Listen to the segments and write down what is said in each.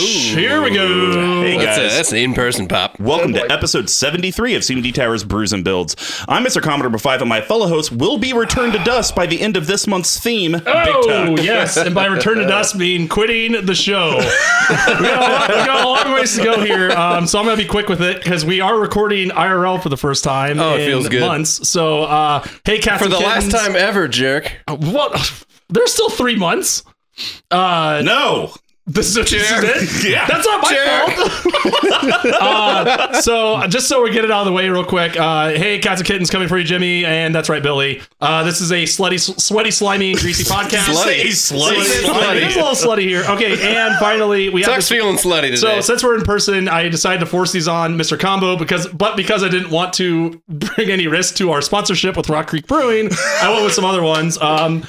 we go. Hey That's, a, guys. that's an in-person pop. Welcome to episode 73 of CMD Towers Brews and Builds. I'm Mr. Commodore Buffy, and my fellow hosts will be returned to dust by the end of this month's theme, Big Talk. Oh, yes. And by return to dust, mean quitting the show. we, got a, we got a long ways to go here. Um, so I'm going to be quick with it because we are recording IRL for the first time Oh, it in feels good. months. So, uh, hey, Captain. For the last Kittens. time ever, jerk. What? There's still three months. Uh, No! This, is- this is it. Yeah. That's not my Jerk. fault. uh, so, just so we get it out of the way real quick. Uh, hey, cats and kittens, coming for you, Jimmy, and that's right, Billy. Uh, this is a slutty, sweaty, slimy, and greasy podcast. Slutty. Say slutty. Say It is a little slutty here. Okay, and finally, we have Tuck's this feeling slutty so today. since we're in person, I decided to force these on Mr. Combo because, but because I didn't want to bring any risk to our sponsorship with Rock Creek Brewing, I went with some other ones. Um,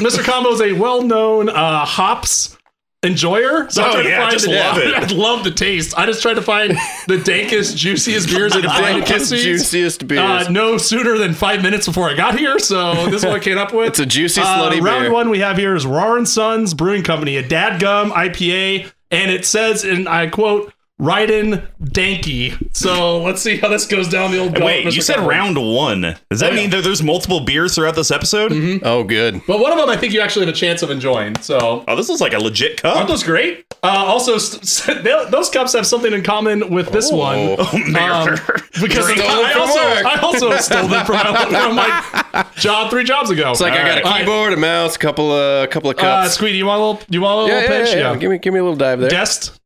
Mr. Combo is a well-known uh, hops enjoyer. So Oh, I tried yeah, to find just the, love it. I love the taste. I just tried to find the dankest, juiciest beers I could find. in Dankest, Tootsie's. juiciest beers. Uh, no sooner than five minutes before I got here, so this is what I came up with. It's a juicy, Uh, slutty round beer. one we have here is Roar and Sons Brewing Company, a dadgum IPA, and it says, and I quote, Ryden Danky. So let's see how this goes down the old gullet, Wait, Mr. you said Cowboy. round one. Does Oh, that mean that there's multiple beers throughout this episode? Mm-hmm. Oh, good. But one of them I think you actually have a chance of enjoying. So Oh, this is like a legit aren't cup. those great? Uh, also, s- s- they- those cups have something in common with this one. Oh. Um, because Stole I, it from also, work. I also stole them from my, from my job three jobs ago. It's like I got All a right. keyboard, a mouse, a couple of couple of Uh, cups. Squeedy, you want a little? You want a little yeah, yeah, pinch? yeah, yeah. Give me give me a little dive there. Guest.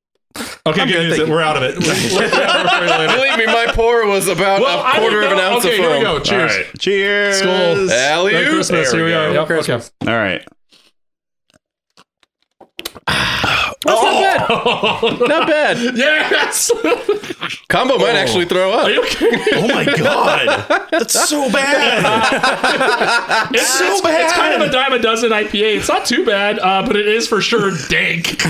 Okay, good. news. thank you. We're out of it. well, Believe me, my pour was about a I quarter didn't of an know- ounce okay, of foam. Here we go. All Cheers. right. Cheers. Skull. Alley Merry oop. Christmas. There Here we we go. are. Yep, okay. All right. Not bad. Yes. Combo might actually throw Are up. you okay? Oh my god. That's so bad. It's so it's, It's kind of a dime a dozen IPA. It's not too bad, uh, but it is for sure dank.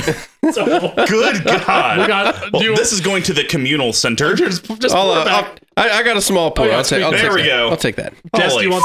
So we Good god. got. Well, do you- this is going to the communal center. just, just I'll, pour uh, it back. I'll- I, I got a small pour. yeah, I'll, ta- sweet. I'll There take we that. go. I'll take that. Jess, do Holy you want?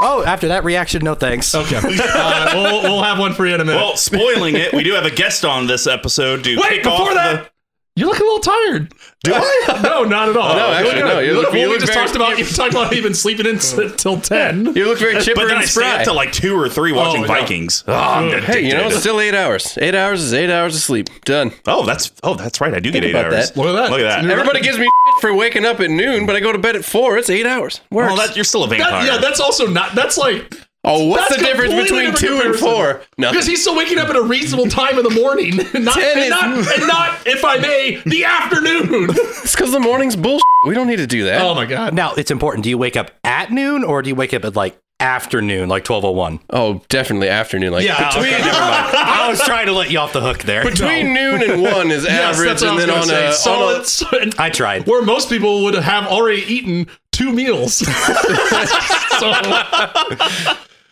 Oh, after that reaction, no thanks. Okay. Uh, we'll, we'll have one for you in a minute. Well, spoiling it, we do have a guest on this episode. To Wait, kick before off that, you look a little tired. Do I? No, not at all. No, You actually, look no, good. you You look, look- you what we look just very- talked about. You talked about even sleeping in till ten. You look very the, but chipper then I and stayed spry. up to like two or three watching yeah. Vikings. Oh, I'm Hey, you know, it's addicted. still eight hours. Eight hours is eight hours of sleep. Done. oh, that's oh, that's right. I do get eight about hours. that. Look at that. Look at that. You're- Everybody gives me shit for waking up at noon, but I go to bed at four. It's eight hours. Works. Well, Oh, that you're still a That- vampire. yeah, that's also not. That's like oh, what's that's the difference completely between two different and comparison. four? because Nothing. he's still waking up at a reasonable time in the morning, and not, Ten and is- not, and not, if I may, the afternoon. It's because the morning's bullshit. We don't need to do that. Oh Oh, my god. Now it's important. Do you wake up at noon or do you wake up at like afternoon, like twelve oh one? definitely afternoon. Like Yeah, between okay, never I was trying to let you off the hook there. between noon and one is Yes, average, that's what and I then was on gonna a, say. on a So it's- I tried. where most people would have already eaten two meals. so,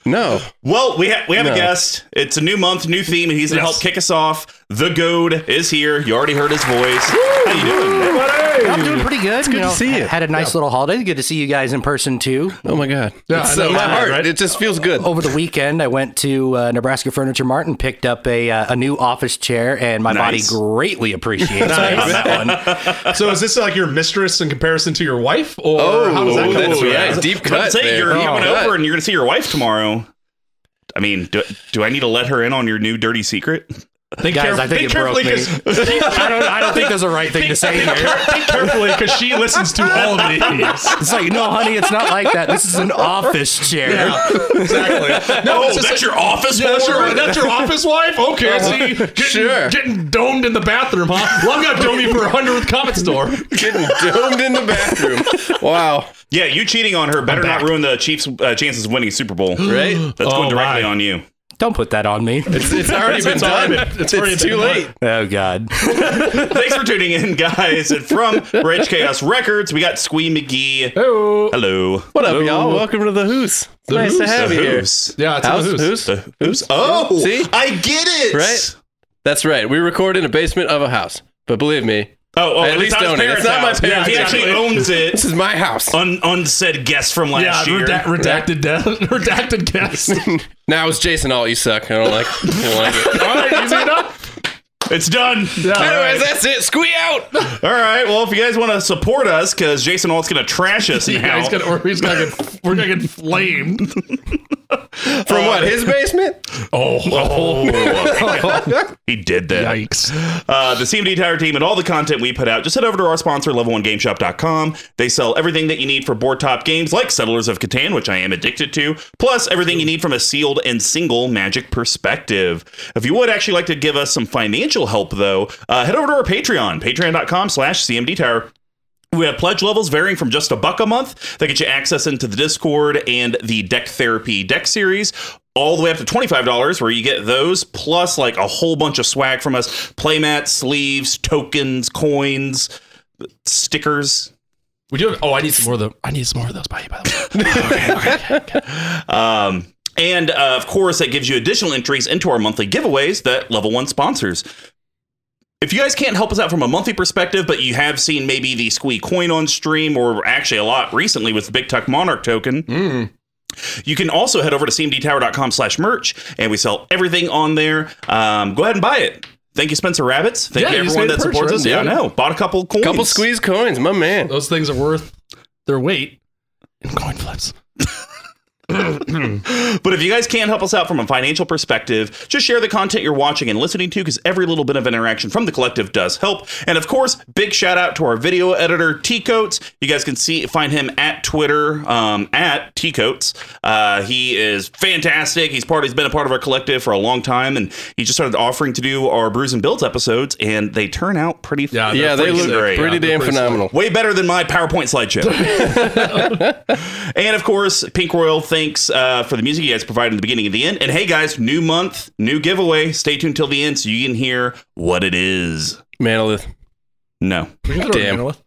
no. Well, we ha- we have a No. guest. It's a new month, new theme, and he's gonna Yes. help kick us off. The goad is here. You already heard his voice. How you doing? I'm doing pretty good. It's good to see you. Had a nice little holiday. Good to see you guys in person too. Oh my god. Yeah, It's, I know, uh, my right, heart. right? Oh, It just feels good. Over the weekend, I went to uh, Nebraska Furniture Mart and picked up a uh, a new office chair, and my Nice. body greatly appreciates Nice. that one. so is this like your mistress in comparison to your wife, or Oh, how does that come that's into it? right. Deep I was about to cut. say, there. Oh, you're Deep coming cut. over and you're gonna see your wife tomorrow. I mean, do, do I need to let her in on your new dirty secret? Think Guys, I think think it broke carefully, me. 'cause- I don't. I don't think there's a right thing to say here. think carefully because she listens to all of these. It's like, no, honey, it's not like that. This is an office chair. Exactly. No, Oh, it's just like- that's your office. Yeah, that's your, whore? that's your office wife? Okay, I see. Getting, Uh-huh. Sure. Getting domed in the bathroom, huh? Love got domed for a hundredth comment store. Getting domed in the bathroom. Wow. Yeah, you cheating on her better not ruin the Chiefs' uh, chances of winning Super Bowl. Right? That's going Oh, directly my. on you. Don't put that on me. It's, it's already been It's already done. been- It's, it's already too been late. Oh God. Thanks for tuning in, guys. And from Rage Chaos Records, we got Squee McGee. Oh. Hello. What up, y'all? Welcome to the Hoos. It's nice to Hoos? have The you here. Who's. Yeah, it's House in the Hoos? The Who's. Oh, See? I get it. Right? That's right. We record in a basement of a house. But believe me, Oh, oh At it's least not his own it. parents' It's not my house. parents' He house. actually owns it. this is my house. Un- unsaid guest from Yeah, last year. reda- redacted, death, redacted guest. now it's Jason Alt. You suck. I don't like, I don't like it. All right, easy enough. It's done. Anyways, that's it. Squee out. All right. Well, if you guys want to support us, because Jason Walt's going to trash us now. Yeah, he's gonna, we're, he's gonna get, we're gonna get flamed. From what? His basement? Oh, Oh. he did that. yikes. Uh, the CMD Tower team and all the content we put out, just head over to our sponsor, level1gameshop.com. They sell everything that you need for board top games like Settlers of Catan, which I am addicted to, plus everything you need from a sealed and single magic perspective. If you would actually like to give us some financial help, though, uh, head over to our Patreon, patreon.com slash CMD Tower. We have pledge levels varying from just a buck a month that get you access into the Discord and the Deck Therapy deck series, all the way up to $25, where you get those plus like a whole bunch of swag from us playmats, sleeves, tokens, coins, stickers. We do. Have, oh, I need some more of the. I need some more of those. By, by the way, Um, and uh, of course, that gives you additional entries into our monthly giveaways that level one sponsors. If you guys can't help us out from a monthly perspective, but you have seen maybe the Squee coin on stream, or actually a lot recently with the Big Tuck Monarch token, Hmm. you can also head over to cmdtower.com slash merch, and we sell everything on there. Um, go ahead and buy it. Thank you, Spencer Rabbits. Thank Yeah, you, you just everyone made a that purchase, supports us. right? Yeah, I know. Bought a couple coins. Couple squeeze coins, my man. those things are worth their weight in coin flips. But if you guys can't help us out from a financial perspective, just share the content you're watching and listening to because every little bit of interaction from the collective does help. And of course, big shout out to our video editor, T Coates. You guys can see find him at Twitter um, at T Coates. Uh, he is fantastic. He's part. He's been a part of our collective for a long time, and he just started offering to do our brews and builds episodes, and they turn out pretty. Yeah, Yeah, they They're look pretty great. pretty Yeah, they're damn pretty phenomenal. Way better than my PowerPoint slideshow. and of course, Pink Royal, thanks uh, for the music you guys provided in the beginning and the end. And hey, guys, new month, new giveaway. Stay tuned till the end so you can hear what it is. Manolith. No. We can throw it Damn. in with.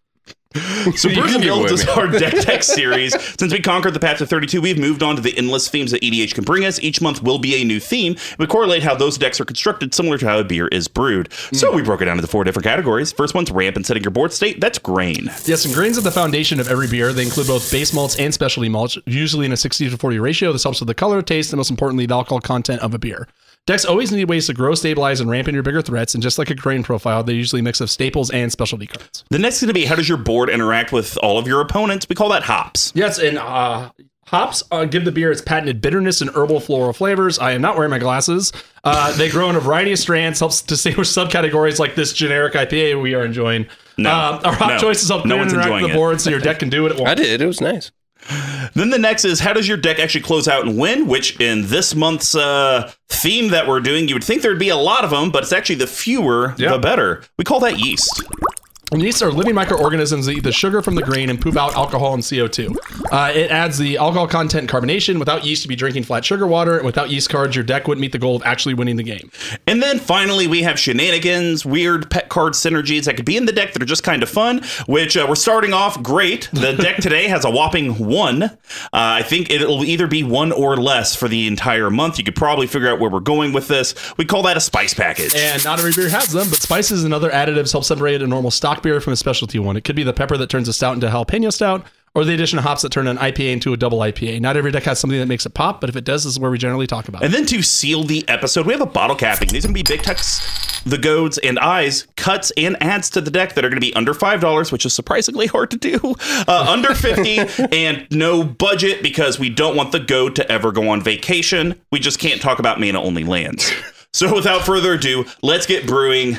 So You Bruce can and give Build away is me. our deck tech series. Since we conquered the path of 32, we've moved on to the endless themes that EDH can bring us. Each month will be a new theme. We correlate how those decks are constructed, similar to how a beer is brewed. So Hmm. we broke it down into four different categories. First one's ramp and setting your board state. That's grain. Yes, and grains are the foundation of every beer. They include both base malts and specialty malts, usually in a 60 to 40 ratio. This helps with the color, taste, and most importantly, the alcohol content of a beer. Decks always need ways to grow, stabilize, and ramp in your bigger threats. And just like a grain profile, they usually mix of staples and specialty cards. The next is going to be how does your board interact with all of your opponents? We call that hops. Yes, and uh, hops uh, give the beer its patented bitterness and herbal floral flavors. I am not wearing my glasses. Uh, they grow in a variety of strands, helps distinguish subcategories like this generic IPA we are enjoying. No, our hop no. choices help No no one's interact with enjoying the it. board so your deck can do what it I wants. did. It was nice. Then the next is how does your deck actually close out and win? Which in this month's uh, theme that we're doing, you would think there'd be a lot of them, but it's actually the fewer Yeah. the better. We call that yeast. And yeasts are living microorganisms that eat the sugar from the grain and poop out alcohol and CO2. Uh, it adds the alcohol content and carbonation. Without yeast, you'd be drinking flat sugar water. And without yeast cards, your deck wouldn't meet the goal of actually winning the game. And then finally, we have shenanigans, weird pet card synergies that could be in the deck that are just kind of fun, which uh, we're starting off great. The deck today has a whopping one. Uh, I think it'll either be one or less for the entire month. You could probably figure out where we're going with this. We call that a spice package. And not every beer has them, but spices and other additives help separate a normal stock beer from a specialty one. It could be the pepper that turns a stout into jalapeno stout, or the addition of hops that turn an IPA into a double IPA. Not every deck has something that makes it pop, but if it does, this is where we generally talk about it. And then to seal the episode, we have a bottle capping. These are going to be Big Tech's, the Goads, and Eyes cuts and adds to the deck that are going to be under $5, which is surprisingly hard to do, uh, under 50 and no budget because we don't want the Goad to ever go on vacation. We just can't talk about mana only lands. So without further ado, let's get brewing.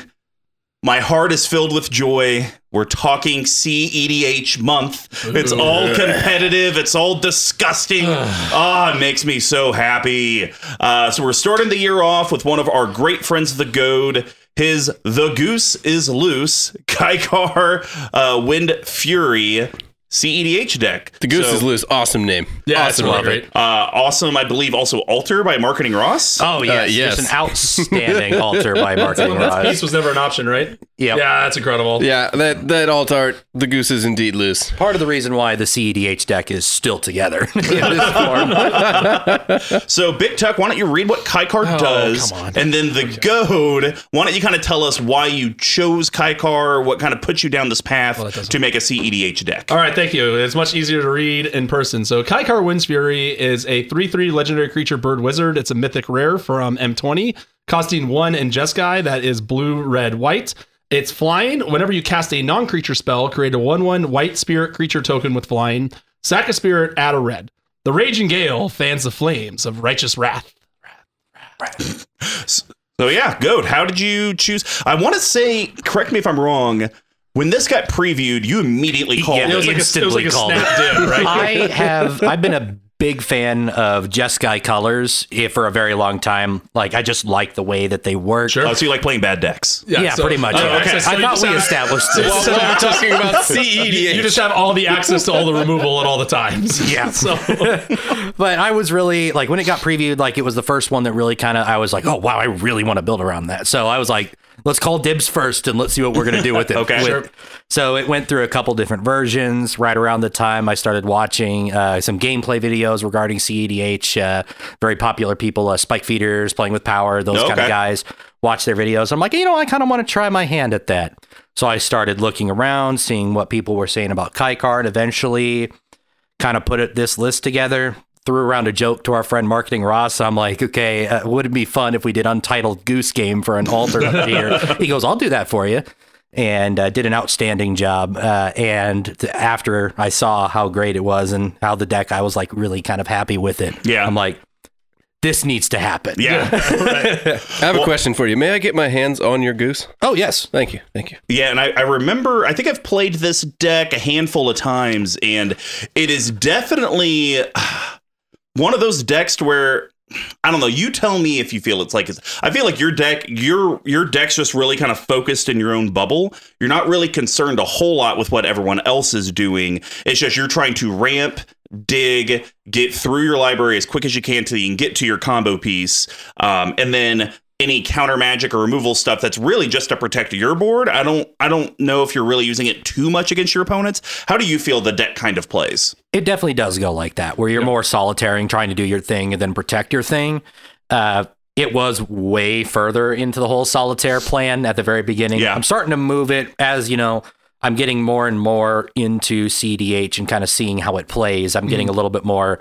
My heart is filled with joy. We're talking CEDH month. It's all competitive. It's all disgusting. Ah, it makes me so happy. Uh, so we're starting the year off with one of our great friends, the Goad. His The Goose is Loose, Kaikar uh, Wind Fury CEDH deck. The goose So, is loose. Awesome name. it's awesome. really of it. great. Uh, awesome, I believe, also Alter by Marketing Ross. Oh yes, yes. just an outstanding altar by marketing Yeast Ross. was never an option, right? Yeah, Yep. that's incredible. Yeah, that that alt art. The goose is indeed loose. Part of the reason why the CEDH deck is still together in this form. So, Big Tuck, why don't you read what Kaikar does? Oh, come on. And then the goad, why don't you kind of tell us why you chose Kaikar, what kind of put you down this path that doesn't- to make a CEDH deck? All right, thank you. It's much easier to read in person. So, Kaikar Winds Fury is a 3 3 legendary creature bird wizard. It's a mythic rare from M20. costing one and Jeskai. That is blue, red, white. It's flying. Whenever you cast a non creature spell, create a 1 1 white spirit creature token with flying. Sack a spirit, add a red. The Raging Gale fans the flames of righteous wrath. So yeah, goat. How did you choose? I want to say, correct me if I'm wrong. When this got previewed, you immediately called It it. was like a, it was Instantly like a called it. snap dip, right? I have I've been a big fan of Jeskai colors eh, for a very long time. Like I just like the way that they work. Sure. Oh, so you like playing bad decks? Yeah, so- pretty much. Oh, yeah. okay. So I you thought just we have- established this. Well, we're talking about CEDH. E You just have all the access to all the removal at all the times. Yeah. So But I was really like when it got previewed, like it was the first one that really kind of I was like, oh wow, I really want to build around that. So I was like, let's call dibs first and let's see what we're gonna do with it. Okay. With- Sure. So it went through a couple different versions. Right around the time I started watching uh, some gameplay videos regarding CEDH, uh, very popular people, uh, Spike Feeders, playing with power, those kind Okay. of guys. Watch their videos. I'm like, you know, I kind of want to try my hand at that. So I started looking around, seeing what people were saying about Kaikar, and eventually kind of put it, this list together. Threw around a joke to our friend Marketing Ross. I'm like, okay, uh, would it be fun if we did Untitled Goose Game for an alternate here? He goes, I'll do that for you. And uh, did an outstanding job. Uh, and th- after I saw how great it was and how the deck, I was like really kind of happy with it. Yeah. I'm like, this needs to happen. Yeah, I have a question for you. May I get my hands on your goose? Oh yes, thank you, thank you. yeah, and I, I remember. I think I've played this deck a handful of times, and it is definitely ah, one of those decks to where I don't know. You tell me if you feel it's like. It's, I feel like your deck, your your deck's just really kind of focused in your own bubble. You're not really concerned a whole lot with what everyone else is doing. It's just you're trying to ramp, dig, get through your library as quick as you can to and get to your combo piece, um, and then any counter magic or removal stuff that's really just to protect your board. I don't I don't know if you're really using it too much against your opponents. How do you feel the deck kind of plays? It definitely does go like that, where you're more solitary and trying to do your thing and then protect your thing. Uh, it was way further into the whole solitaire plan at the very beginning. Yeah. I'm starting to move it as you know. I'm getting more and more into CDH and kind of seeing how it plays. I'm Mm-hmm. getting a little bit more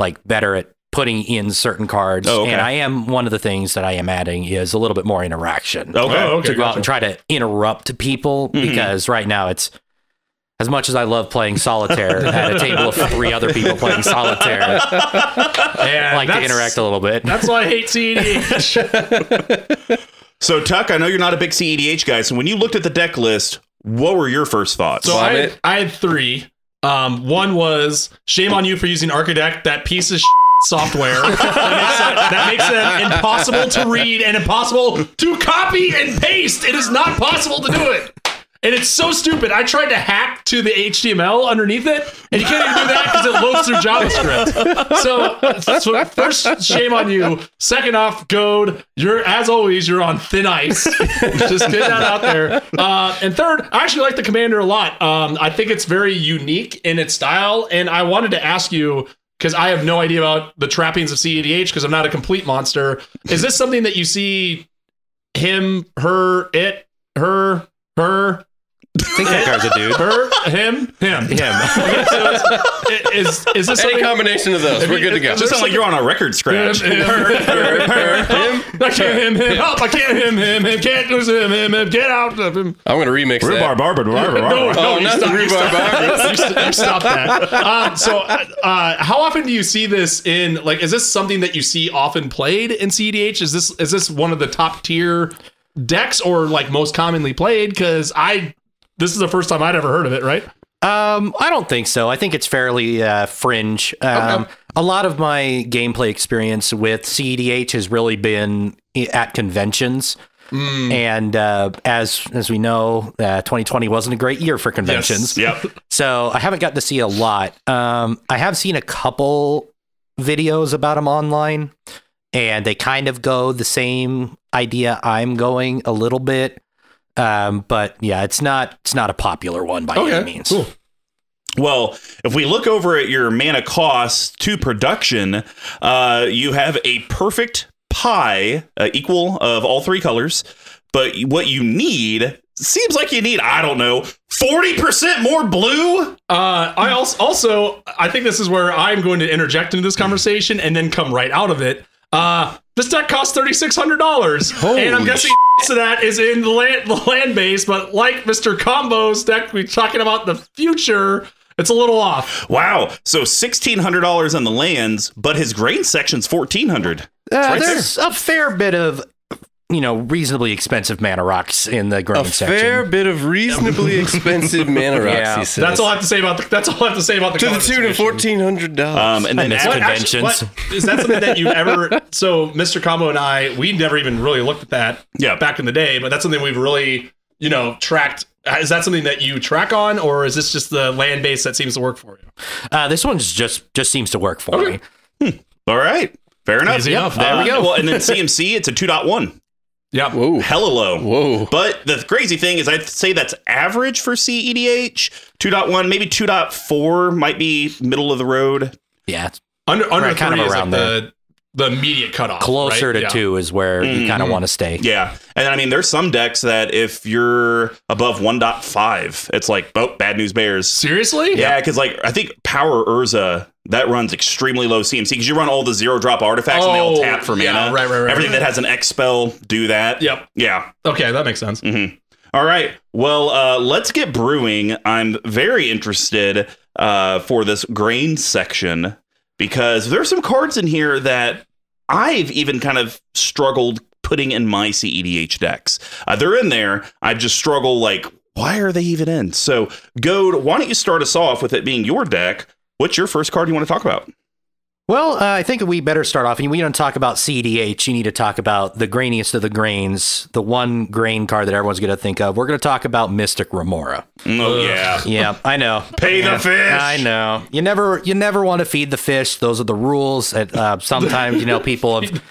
like better at putting in certain cards. Oh, okay. And I am one of the things that I am adding is a little bit more interaction Oh, to okay. go out and try to interrupt people because right now it's as much as I love playing solitaire at a table of three other people playing solitaire, I And like to that's- interact a little bit. That's why I hate E CEDH. So Tuck, I know you're not a big CEDH guy, so when you looked at the deck list, what were your first thoughts? so I had, it. I had three. Um, one was shame on you for using Architect, that piece of shit software that, makes it, that makes it impossible to read and impossible to copy and paste. It is not possible to do it. And it's so stupid. I tried to hack to the HTML underneath it, and you can't even do that because it loads through JavaScript. So, so first, shame on you. Second off, Goad, you're as always, you're on thin ice. Just get that out there. Uh, and third, I actually like the commander a lot. Um, I think it's very unique in its style, and I wanted to ask you because I have no idea about the trappings of CEDH because I'm not a complete monster. Is this something that you see him, her, it, her, her? I think that guy's a dude. Her, him, him. Him. Is is this Any something? combination of those, we're good to go. just sound like you're on a record Him, scratch. him, her, her, him. I can't him, him. Help! I can't him, him, him. Can't lose him, him, him. Get out of him. I'm gonna remix that. Rhubarb, barber, barber, barber. Oh, you not the stop- you rhubarb. barber. you st- you stop that. Uh, so, uh, how often do you see this in? Like, is this something that you see often played in CDH? Is this is this one of the top tier decks or like most commonly played? Because I this is the first time I'd ever heard of it. Right? Um, I don't think so. I think it's fairly uh, fringe. Um, A lot of my gameplay experience with CEDH has really been i- at conventions. And uh, as as we know, uh, 2020 wasn't a great year for conventions. Yep. So I haven't gotten to see a lot. Um, I have seen a couple videos about them online, and they kind of go the same idea I'm going a little bit. Um, but yeah, it's not it's not a popular one by any means. Cool. Well, if we look over at your mana cost to production, uh, you have a perfect pie uh, equal of all three colors, but what you need seems like you need I don't know forty percent more blue. Uh, I also, also I think this is where I'm going to interject into this conversation and then come right out of it. Uh, This deck costs thirty six hundred dollars, and I'm guessing so that is in the land, the land base. But like Mister Combo's deck, we're talking about the future. It's a little off. Wow. So sixteen hundred dollars on the lands, but his grain section's fourteen hundred. Uh, there's a fair bit of, you know, reasonably expensive mana rocks in the A grain section. fair bit of reasonably expensive mana rocks, Yeah. he says. That's all I have to say about the, that's all I have to say about the To the Combo tune of expansion. fourteen hundred dollars. Um, and then miss add- what- Actually, conventions. what- Is that something that you ever? So, Mr. Combo and I, we never even really looked at that Yeah. back in the day, but that's something we've really, you know, tracked. Uh, Is that something that you track on, or is this just the land base that seems to work for you? Uh, this one's just just seems to work for me. all right. Fair enough. Easy enough. There we go. Well, and then CMC, it's a two point one. Yeah. Whoa. Hella low. Whoa. But the crazy thing is, I'd say that's average for E CEDH. 2.1, maybe 2.4 might be middle of the road. Yeah, it's Under under Right, kind three of is like around the the immediate cutoff. closer right? to Yeah. Mm-hmm. two is where you kind of want to stay. Yeah. And I mean, there's some decks that if you're above 1.5, it's like, oh, bad news bears. Seriously? Yeah, because like I think Power Urza that runs extremely low CMC because you run all the zero drop artifacts and they all Oh, tap for mana. yeah, right, right, right, Everything right. that has an X spell, do that. Yep. Yeah. Okay, that makes sense. Mm-hmm. All right. Well, uh, let's get brewing. I'm very interested uh, for this grain section because there's some cards in here that I've even kind of struggled putting in my CEDH decks. Uh, they're in there. I just struggle, like, why are they even in? So, Goad, why don't you start us off with it being your deck? What's your first card you want to talk about? Well, uh, I think we better start off. And we don't talk about CDH. You need to talk about the grainiest of the grains, the one grain card that everyone's going to think of. We're going to talk about Mystic Remora. Oh, yeah. Yeah, I know. Pay the Yeah, fish. I know. You never, you never want to feed the fish. Those are the rules. And, uh, sometimes you know people have,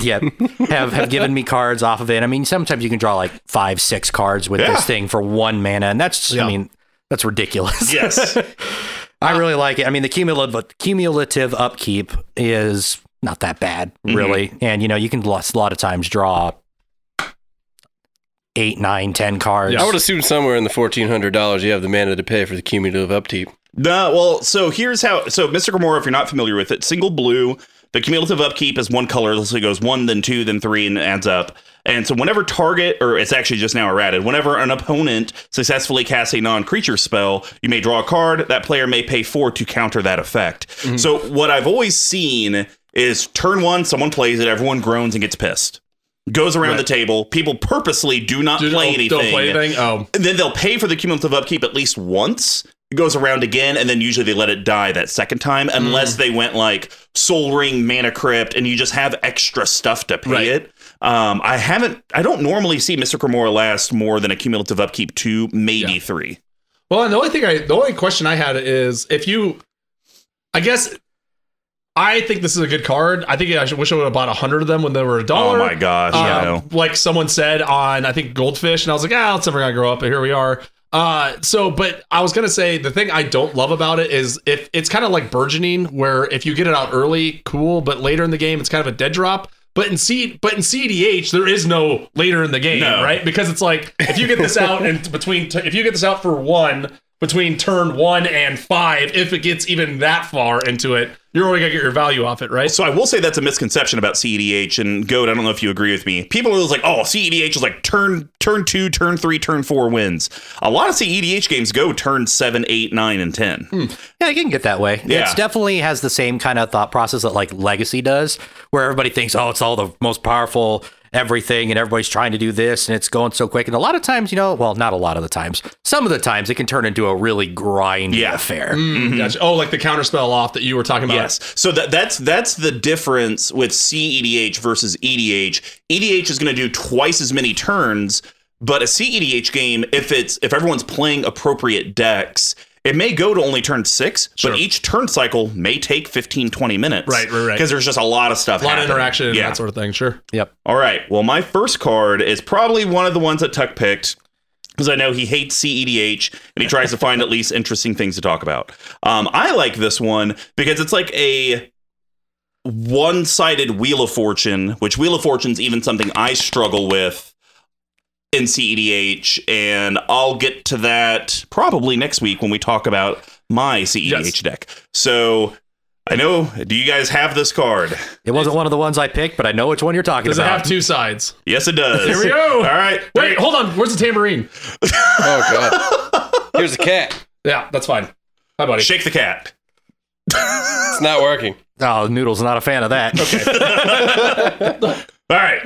yeah, have have given me cards off of it. I mean, sometimes you can draw like five, six cards with Yeah. this thing for one mana, and that's, Yeah. I mean, that's ridiculous. Yes. I really like it. I mean, the cumulative cumulative upkeep is not that bad, Mm-hmm. really. And you know, you can lo- a lot of times draw eight, nine, ten cards. Yeah. I would assume somewhere in the fourteen hundred dollars you have the mana to pay for the cumulative upkeep. No, well, so here's how. So, Mr. Gamora, if you're not familiar with it, single blue, the cumulative upkeep is one color. So it goes one, then two, then three, and it adds up. And so, whenever target, or it's actually just now errated, whenever an opponent successfully casts a non creature spell, you may draw a card. That player may pay four to counter that effect. Mm-hmm. So, what I've always seen is turn one, someone plays it, everyone groans and gets pissed. Goes around the table. People purposely do not Dude, play oh, anything. Don't play anything. Oh, And then they'll pay for the cumulative upkeep at least once. It goes around again, and then usually they let it die that second time, unless Mm. they went like Soul Ring, Mana Crypt, and you just have extra stuff to pay Right. it. Um, I haven't. I don't normally see Mr. Cremora last more than a cumulative upkeep two, maybe Yeah. three. Well, and the only thing I, the only question I had is if you, I guess, I think this is a good card. I think I should, wish I would have bought a hundred of them when they were a Oh dollar. my gosh! I Um, know. Like someone said on, I think Goldfish, and I was like, ah, it's never gonna grow up, but here we are. Uh, so, but I was gonna say the thing I don't love about it is if it's kind of like burgeoning, where if you get it out early, cool, but later in the game, it's kind of a dead drop. But in C, but in CDH, there is no later in the game, No. right? Because it's like if you get this out and between, if you get this out for one between turn one and five, if it gets even that far into it, you're only gonna get your value off it, right? So I will say that's a misconception about CEDH and Goat. I don't know if you agree with me. People are always like, "Oh, CEDH is like turn turn two, turn three, turn four wins." A lot of CEDH games go turn seven, eight, nine, and ten. Hmm. Yeah, you can get that way. Yeah. It's definitely has the same kind of thought process that like Legacy does, where everybody thinks, oh, it's all the most powerful everything, and everybody's trying to do this, and it's going so quick. And a lot of times, you know, well, not a lot of the times, some of the times, it can turn into a really grindy Yeah. affair. Gotcha. Oh, like the counter spell off that you were talking about. Mm-hmm. Yes. So that that's that's the difference with CEDH versus E EDH. EDH is going to do twice as many turns, but a CEDH game, if it's if everyone's playing appropriate decks, it may go to only turn 6, Sure. but each turn cycle may take 15 20 minutes. Right, right, right. Cuz there's just a lot of stuff A lot of happening. interaction and Yeah. that sort of thing. Sure. Yep. All right. Well, my first card is probably one of the ones that Tuck picked because I know he hates CEDH and he tries to find at least interesting things to talk about. Um, I like this one because it's like a one sided Wheel of Fortune, which Wheel of Fortune's even something I struggle with in CEDH. And I'll get to E that probably next week when we talk about my CEDH Yes. deck. So I know. Do you guys have this card? It wasn't one of the ones I picked, but I know which one you're talking Does it about. have two sides? Yes, it does. Here we go. All right. Wait, hold on. Where's the tambourine? Oh god. Here's a cat. Yeah, that's fine. Hi, buddy. Shake the cat. It's not working. oh, Noodle's not a fan of that. All right.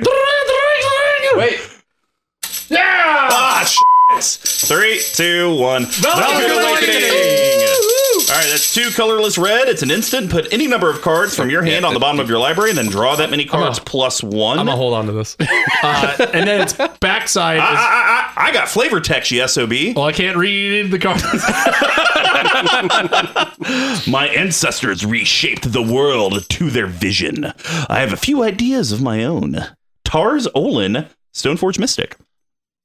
Wait. Yeah! Ah, shit. Three, two, one. Valkyrie Awakening. All right, that's two colorless red. It's an instant. Put any number of cards from your hand on the bottom of your library, and then draw that many cards plus one. I'm gonna hold on to this. Uh, and then its backside I, is. I, I, I got flavor text, you SOB. Well, I can't read the card. My ancestors reshaped the world to their vision. I have a few ideas of my own. Tars Olin, Stoneforge Mystic.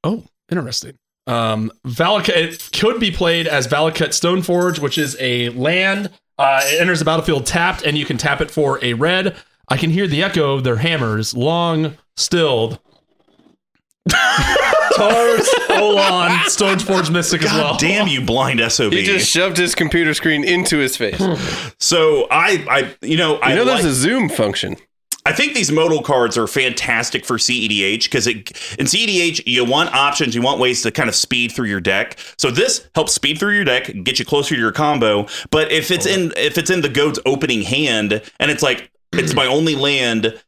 oh, interesting. Um, Valakut it could be played as Valakut Stoneforge, which is a land. Uh, it enters the battlefield tapped, and you can tap it for a red. I can hear the echo of their hammers, long stilled. Tars, Olan, Stoneforge Mystic as well. Damn you, blind SOB. He just shoved his computer screen into his face. You so I, I, you know, I know like- there's a zoom function. I think these modal cards are fantastic for E CEDH because it in CEDH you want options, you want ways to kind of speed through your deck. So this helps speed through your deck, get you closer to your combo. But if it's in if it's in the goat's opening hand and it's like it's my only land,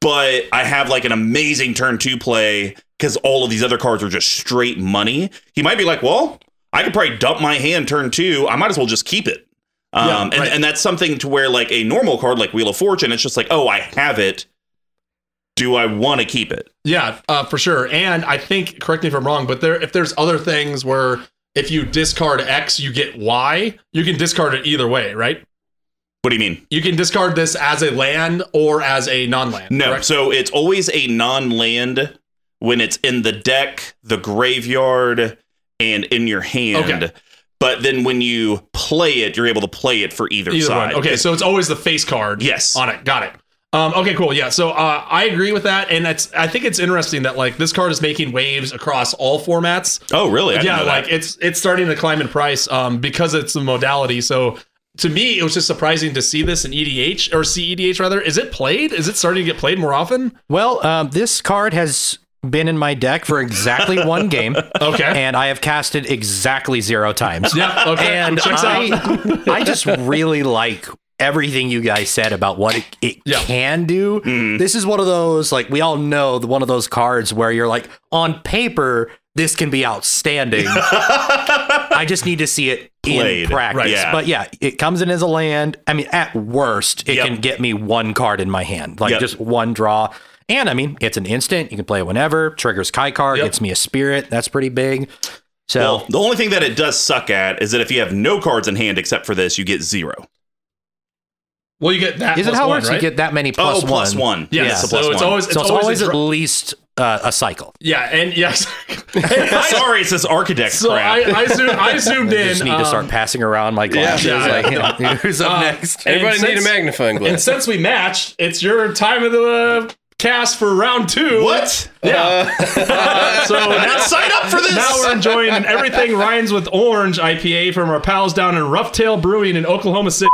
but I have like an amazing turn two play because all of these other cards are just straight money. He might be like, well, I could probably dump my hand turn two. I might as well just keep it. Um, Yeah, and, right. and that's something to where like a normal card like Wheel of Fortune, it's just like, oh, I have it. Do I want to keep it? Yeah, uh, for sure. And I think, correct me if I'm wrong, but there if there's other things where if you discard X, you get Y, you can discard it either way, right? What do you mean? You can discard this as a land or as a non-land. No. correct? So it's always a non-land when it's in the deck, the graveyard, and in your hand. Okay. But then when you play it, you're able to play it for either, either side. one. Okay, so it's always the face card. Yes. on it. Got it. Um, okay, cool. Yeah, so uh, I agree with that, and it's I think it's interesting that like this card is making waves across all formats. Oh, really? I didn't yeah know that. like it's it's starting to climb in price um because it's a modality so to me it was just surprising to see this in edh or cedh rather is it played is it starting to get played more often well, um, this card has been in my deck for exactly one game, okay and I have cast it exactly zero times. yeah okay And checks out I, I just really like everything you guys said about what it, it Yeah. can do. Mm-hmm. This is one of those, like, we all know the one of those cards where you're like, on paper, this can be outstanding. I just need to see it Played, in practice. right. Yeah. But yeah, it comes in as a land. I mean, at worst, it Yep. can get me one card in my hand, like Yep. just one draw. And I mean, it's an instant. You can play it whenever. Triggers Kai card, Yep. gets me a spirit. That's pretty big. So Well, the only thing that it does suck at is that if you have no cards in hand except for this, you get zero. well you get that Is it plus how it one, works? right? You get that many Oh, plus one. plus one. yeah, Yes, so a plus it's one. always it's, so it's always, always, a at dra- least uh, a cycle. yeah and yes I, Sorry, it's this architect so crap. I, I zoomed i zoomed I in just need to start um, passing around my glasses. Yeah. like, you know, who's up uh, next? and Everybody need a since- magnifying and glass. since we matched it's your time of the uh, cast for round two what? yeah Uh, so now Sign up for this. Now we're enjoying an everything rhymes with orange IPA from our pals down in Roughtail Brewing in Oklahoma City.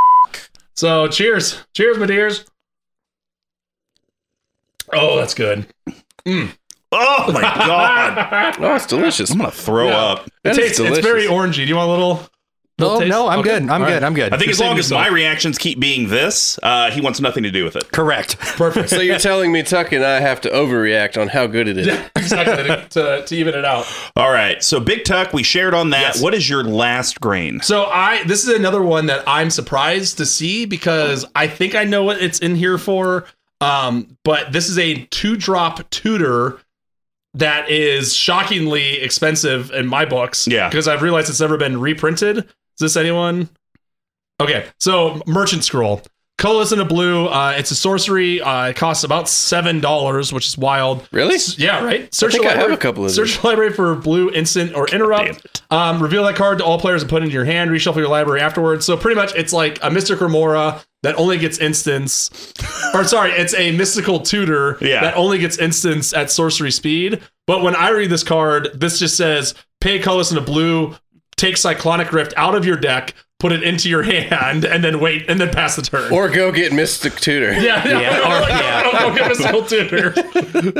So cheers, cheers, my dears. Oh, that's good. oh my god! Oh, it's delicious. I'm gonna throw Yeah. up. It That is tastes, it's delicious. very orangey. Do you want a little? No, taste? no, I'm Okay. good. I'm All good. right. I'm good. I think as saving long as yourself. my reactions keep being this, uh, he wants nothing to do with it. Correct. Perfect. So you're telling me Tuck and I have to overreact on how good it is. exactly to, to, to even it out. All right. So Big Tuck, we shared on that. Yes. What is your last grain? So I this is another one that I'm surprised to see because I think I know what it's in here for. Um, but this is a two drop tutor that is shockingly expensive in my books. Yeah. Because I've realized it's never been reprinted. Is this anyone? Okay, so Merchant Scroll. Colorless and a blue. Uh, it's a sorcery. Uh, it costs about seven dollars, which is wild. Really? Yeah, right. Search think the I have library- a couple of search the library for blue instant or interrupt. Um, reveal that card to all players and put it into your hand. Reshuffle your library afterwards. So pretty much, it's like a Mystic Remora that only gets instants, or sorry, it's a Mystical Tutor Yeah. that only gets instants at sorcery speed. But when I read this card, this just says pay colorless and a blue. Take Cyclonic Rift out of your deck, put it into your hand, and then wait, and then pass the turn. Or go get Mystic Tutor. yeah, Yeah, or- I yeah. don't know, give us a little tutor.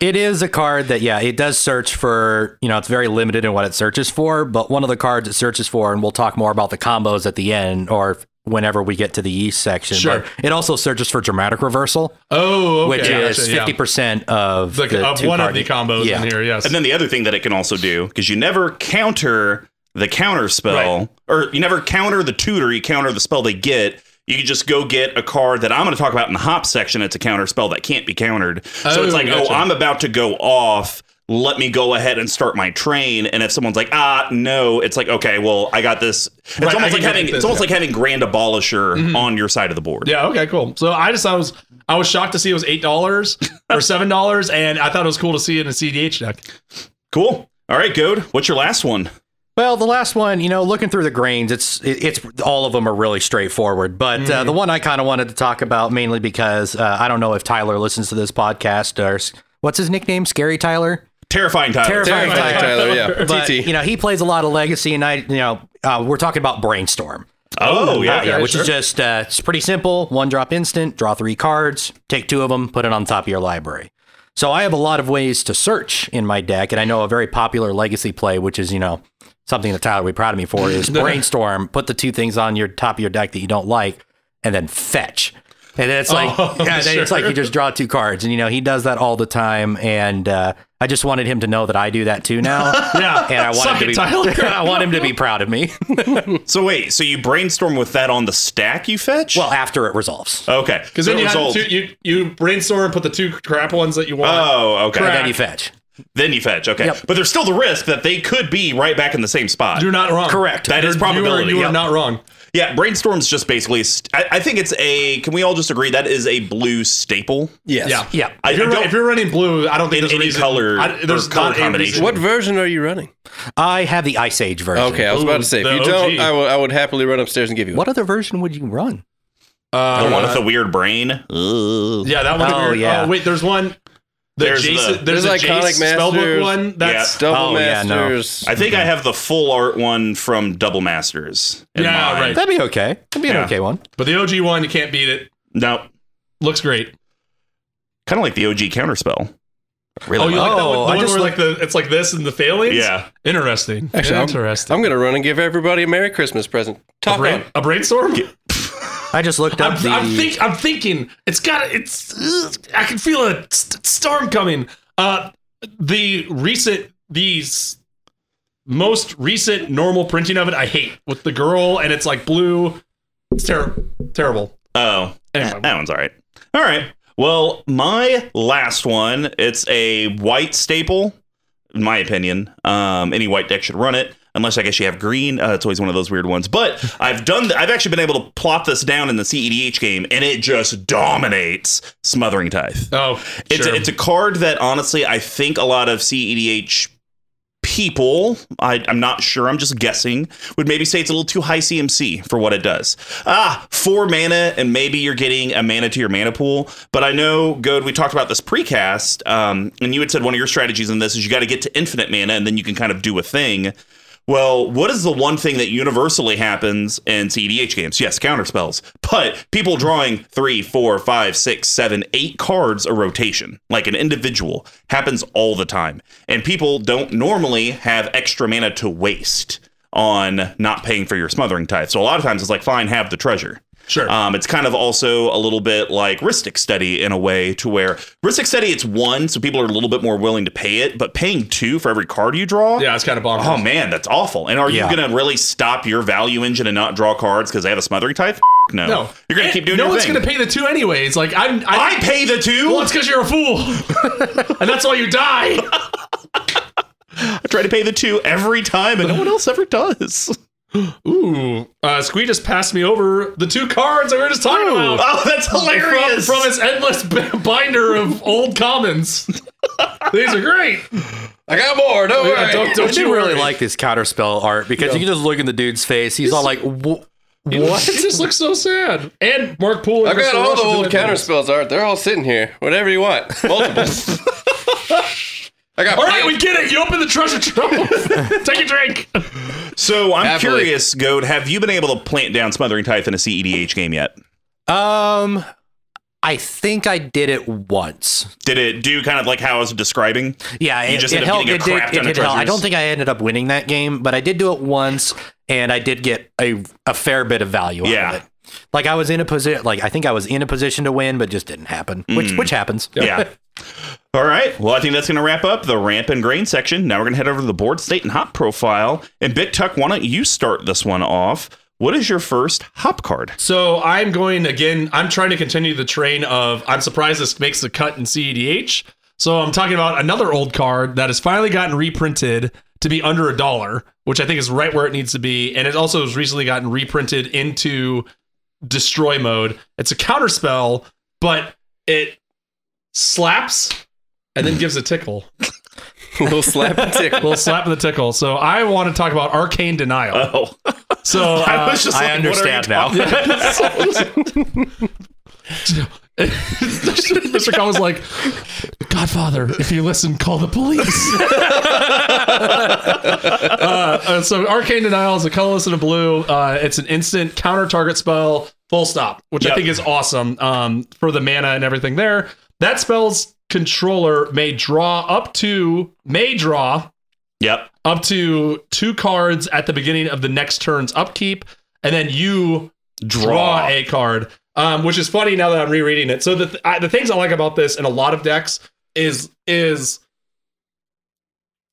It is a card that, yeah, it does search for, you know, it's very limited in what it searches for, but one of the cards it searches for, and we'll talk more about the combos at the end or whenever we get to the East section. Sure. But it also searches for dramatic reversal, Oh, okay, which is gotcha, yeah. 50% of, Like, the of two one of card- the combos Yeah. in here. Yes. And then the other thing that it can also do, because you never counter the counter spell, or you never counter the tutor, you counter the spell they get. You can just go get a card that I'm going to talk about in the hop section. It's a counter spell that can't be countered. so Oh, it's like, oh, gotcha. I'm about to go off. Let me go ahead and start my train. And if someone's like, ah, no, it's like, okay, well, I got this. It's Right, I almost can like get having this, it's almost yeah. like having Grand Abolisher on your side of the board. Yeah. Okay. Cool. So I just I was I was shocked to see it was eight dollars or seven dollars, and I thought it was cool to see it in a CDH deck. Cool. All right, Goad. What's your last one? Well, the last one, you know, looking through the grains, it's it, it's all of them are really straightforward. But uh, the one I kind of wanted to talk about mainly because uh, I don't know if Tyler listens to this podcast or s- what's his nickname, Scary Tyler. Terrifying Tyler. Terrifying Tyler, Tyler. Tyler, yeah. But TT. you know, he plays a lot of Legacy, and I, you know, uh, we're talking about Brainstorm. oh, yeah. Uh, yeah, okay, which sure. is just uh, it's pretty simple. One drop instant, draw three cards, take two of them, put it on top of your library. So I have a lot of ways to search in my deck, and I know a very popular legacy play, which is you know something that Tyler would be proud of me for, is brainstorm. Put the two things on your top of your deck that you don't like, and then fetch. And then it's like, Oh, yeah, then it's like sure. you just draw two cards, and you know he does that all the time. And uh, I just wanted him to know that I do that too now. Yeah. and I want Suck him to it, be, Tyler. I want him to be proud of me. So wait, so you brainstorm with that on the stack you fetch? well, after it resolves. okay, Because then So it you was have old. two, you you brainstorm, put the two crap ones that you want. Oh, okay. Correct. and then you fetch. Then you fetch. Okay, Yep. but there's still the risk that they could be right back in the same spot. You're not wrong. Correct. Oh. That That is is probability, You are, yeah. not wrong. yeah, brainstorm's just basically. St- I, I think it's a. Can we all just agree that is a blue staple? Yes. Yeah. Yeah. I, I If you're, don't. if you're running blue, I don't think In there's a any reason- color I, there's or color not a combination. reason. What version are you running? I have the Ice Age version. Okay, I was Ooh, about to say, if the you OG. don't, I would, I would happily run upstairs and give you one. What other version would you run? Uh, the one with the weird brain. Ugh. yeah, that one. Oh, yeah. wait, there's one. The There's there's the- Jason, there's, There's a Iconic Jace spellbook Masters. one. That's Double Oh, yeah, no. Masters. I think I have the full art one from Double Masters. in Yeah, mind. right. That'd be okay. That'd be Yeah. an okay one. but the OG one you can't beat it. No, Looks great. kind of like the OG counterspell. Really? Oh, you like that one? The I one just where like the it's like this and the failings. Yeah. interesting. Actually, I'm- interesting. I'm going to run and give everybody a Merry Christmas present. Talk a, brain, on. a brainstorm. I just looked up I'm, the. I'm, think, I'm thinking it's got it's ugh, I can feel a st- storm coming. Uh, the recent these most recent normal printing of it I hate with the girl and it's like blue. It's terrible, terrible. Oh, Anyway. that one's all right. All right. Well, my last one, it's a white staple, in my opinion. Um, any white deck should run it, unless I guess you have green. Uh, it's always one of those weird ones. But I've done, th- I've actually been able to plot this down in the CEDH game, and it just dominates Smothering Tithe. Oh, It's sure. a, it's a card that honestly I think a lot of CEDH people, I, I'm not sure, I'm just guessing, would maybe say it's a little too high CMC for what it does. Ah, four mana, and maybe you're getting a mana to your mana pool. But I know, Goad, we talked about this precast, um, and you had said one of your strategies in this is you got to get to infinite mana, and then you can kind of do a thing. Well, what is the one thing that universally happens in CEDH games? Yes, counterspells. But people drawing three, four, five, six, seven, eight cards a rotation, like an individual, happens all the time. And people don't normally have extra mana to waste on not paying for your smothering tithe. So a lot of times it's like, fine, have the treasure. sure. Um, it's kind of also a little bit like Ristic Study in a way, to where Ristic Study it's one, so people are a little bit more willing to pay it, but paying two for every card you draw, yeah, it's kind of bonkers. Oh man, that's awful. And are Yeah. you going to really stop your value engine and not draw cards because they have a smothering type? F- No. no, You're going to Eh, keep doing No your one's thing. gonna pay the two anyways. Like I'm, I, I pay the two. well, it's because you're a fool, and that's why you die. I try to pay the two every time, and no one else ever does. Ooh, uh, Squee just passed me over the two cards we were just talking about. Oh, that's hilarious. From, from its endless b- binder of old commons. These are great. I got more. Don't Yeah, worry. don't- I don't- do you really worry. like this counterspell art because you can just look in the dude's face. He's all like, "Wha- What? "What?" It just looks so sad. And Mark Poole. and I've got Crystal all the Rush are old doing counterspells, this. Art. They're all sitting here. Whatever you want. Multiples. I got All right, we get it. You open the treasure trove. Take a drink. So I'm Happily. curious, Goad, have you been able to plant down Smothering Typhon a CEDH game yet? Um, I think I did it once. Did it do kind of like how I was describing? Yeah, You it, just it ended up helped. getting It a did, crap it ton of did help. I treasures. don't think I ended up winning that game, but I did do it once, and I did get a a fair bit of value out Yeah. of it. Like I was in a position, like I think I was in a position to win, but just didn't happen, which which happens. Mm. Yeah. All right. Well, I think that's going to wrap up the ramp and grain section. Now we're going to head over to the board state and hop profile. And Big Tuck, why don't you start this one off? What is your first hop card? So I'm going again. I'm trying to continue the train of I'm surprised this makes the cut in CEDH. So I'm talking about another old card that has finally gotten reprinted to be under a dollar, which I think is right where it needs to be. And it also has recently gotten reprinted into destroy mode. It's a counter spell, but it slaps and then gives a tickle. little slap and tickle. Little slap and the tickle. So I want to talk about arcane denial. Oh, So uh, was just I like, what are understand you now. talking Mr. Khan was like, Godfather, if you listen, call the police. uh, uh, so, Arcane Denial is a colorless and a blue. Uh, it's an instant counter target spell, full stop, which I Yep. think is awesome um, for the mana and everything there. That spell's controller may draw up to, may draw Yep. up to two cards at the beginning of the next turn's upkeep, and then you draw, Draw. a card. Um, which is funny now that I'm rereading it. So the th- I, the things I like about this in a lot of decks is is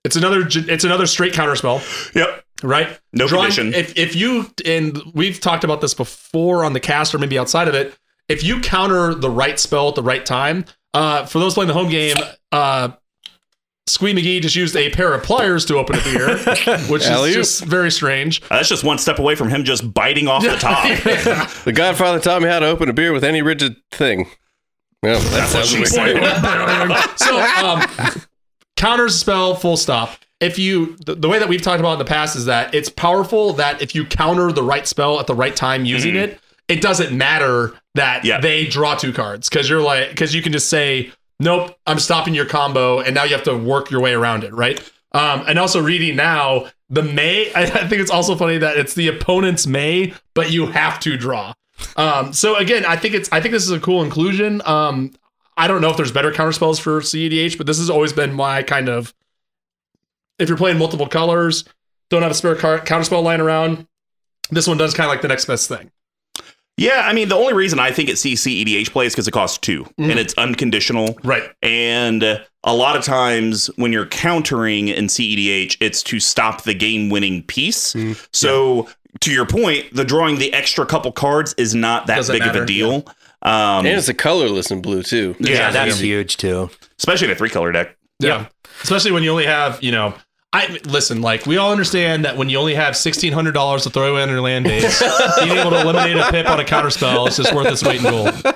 it's another j- it's another straight counter spell, Yep. right? No Drawing- condition. If if you and we've talked about this before on the cast or maybe outside of it, if you counter the right spell at the right time, uh, for those playing the home game, uh, Squee McGee just used a pair of pliers to open a beer, which Alley-oop. is just very strange. Uh, that's just one step away from him just biting off the top. The Godfather taught me how to open a beer with any rigid thing. Well, that sounds weird. so um, counters spell full stop. If you the, the way that we've talked about in the past is that it's powerful that if you counter the right spell at the right time using it, it doesn't matter that Yeah. they draw two cards because you're like because you can just say nope, I'm stopping your combo, and now you have to work your way around it, right? Um, and also reading now the may. I, I think it's also funny that it's the opponent's may, but you have to draw. Um, so again, I think it's I think this is a cool inclusion. Um, I don't know if there's better counterspells for CEDH, but this has always been my kind of. If you're playing multiple colors, don't have a spare car- counterspell lying around, this one does kind of like the next best thing. yeah, I mean, the only reason I think it's E CCEDH play is because it costs two and it's unconditional. Right. And uh, a lot of times when you're countering in CEDH, it's to stop the game winning piece. Mm-hmm. So, to your point, the drawing the extra couple cards is not that Doesn't big of matter, a deal. Um, And it's a colorless and blue too. Yeah, Yeah, that's huge too. especially in a three color deck. Yeah. Especially when you only have, you know, I listen, like we all understand that when you only have sixteen hundred dollars to throw in your land base, being able to eliminate a pip on a counterspell is just worth its weight in gold.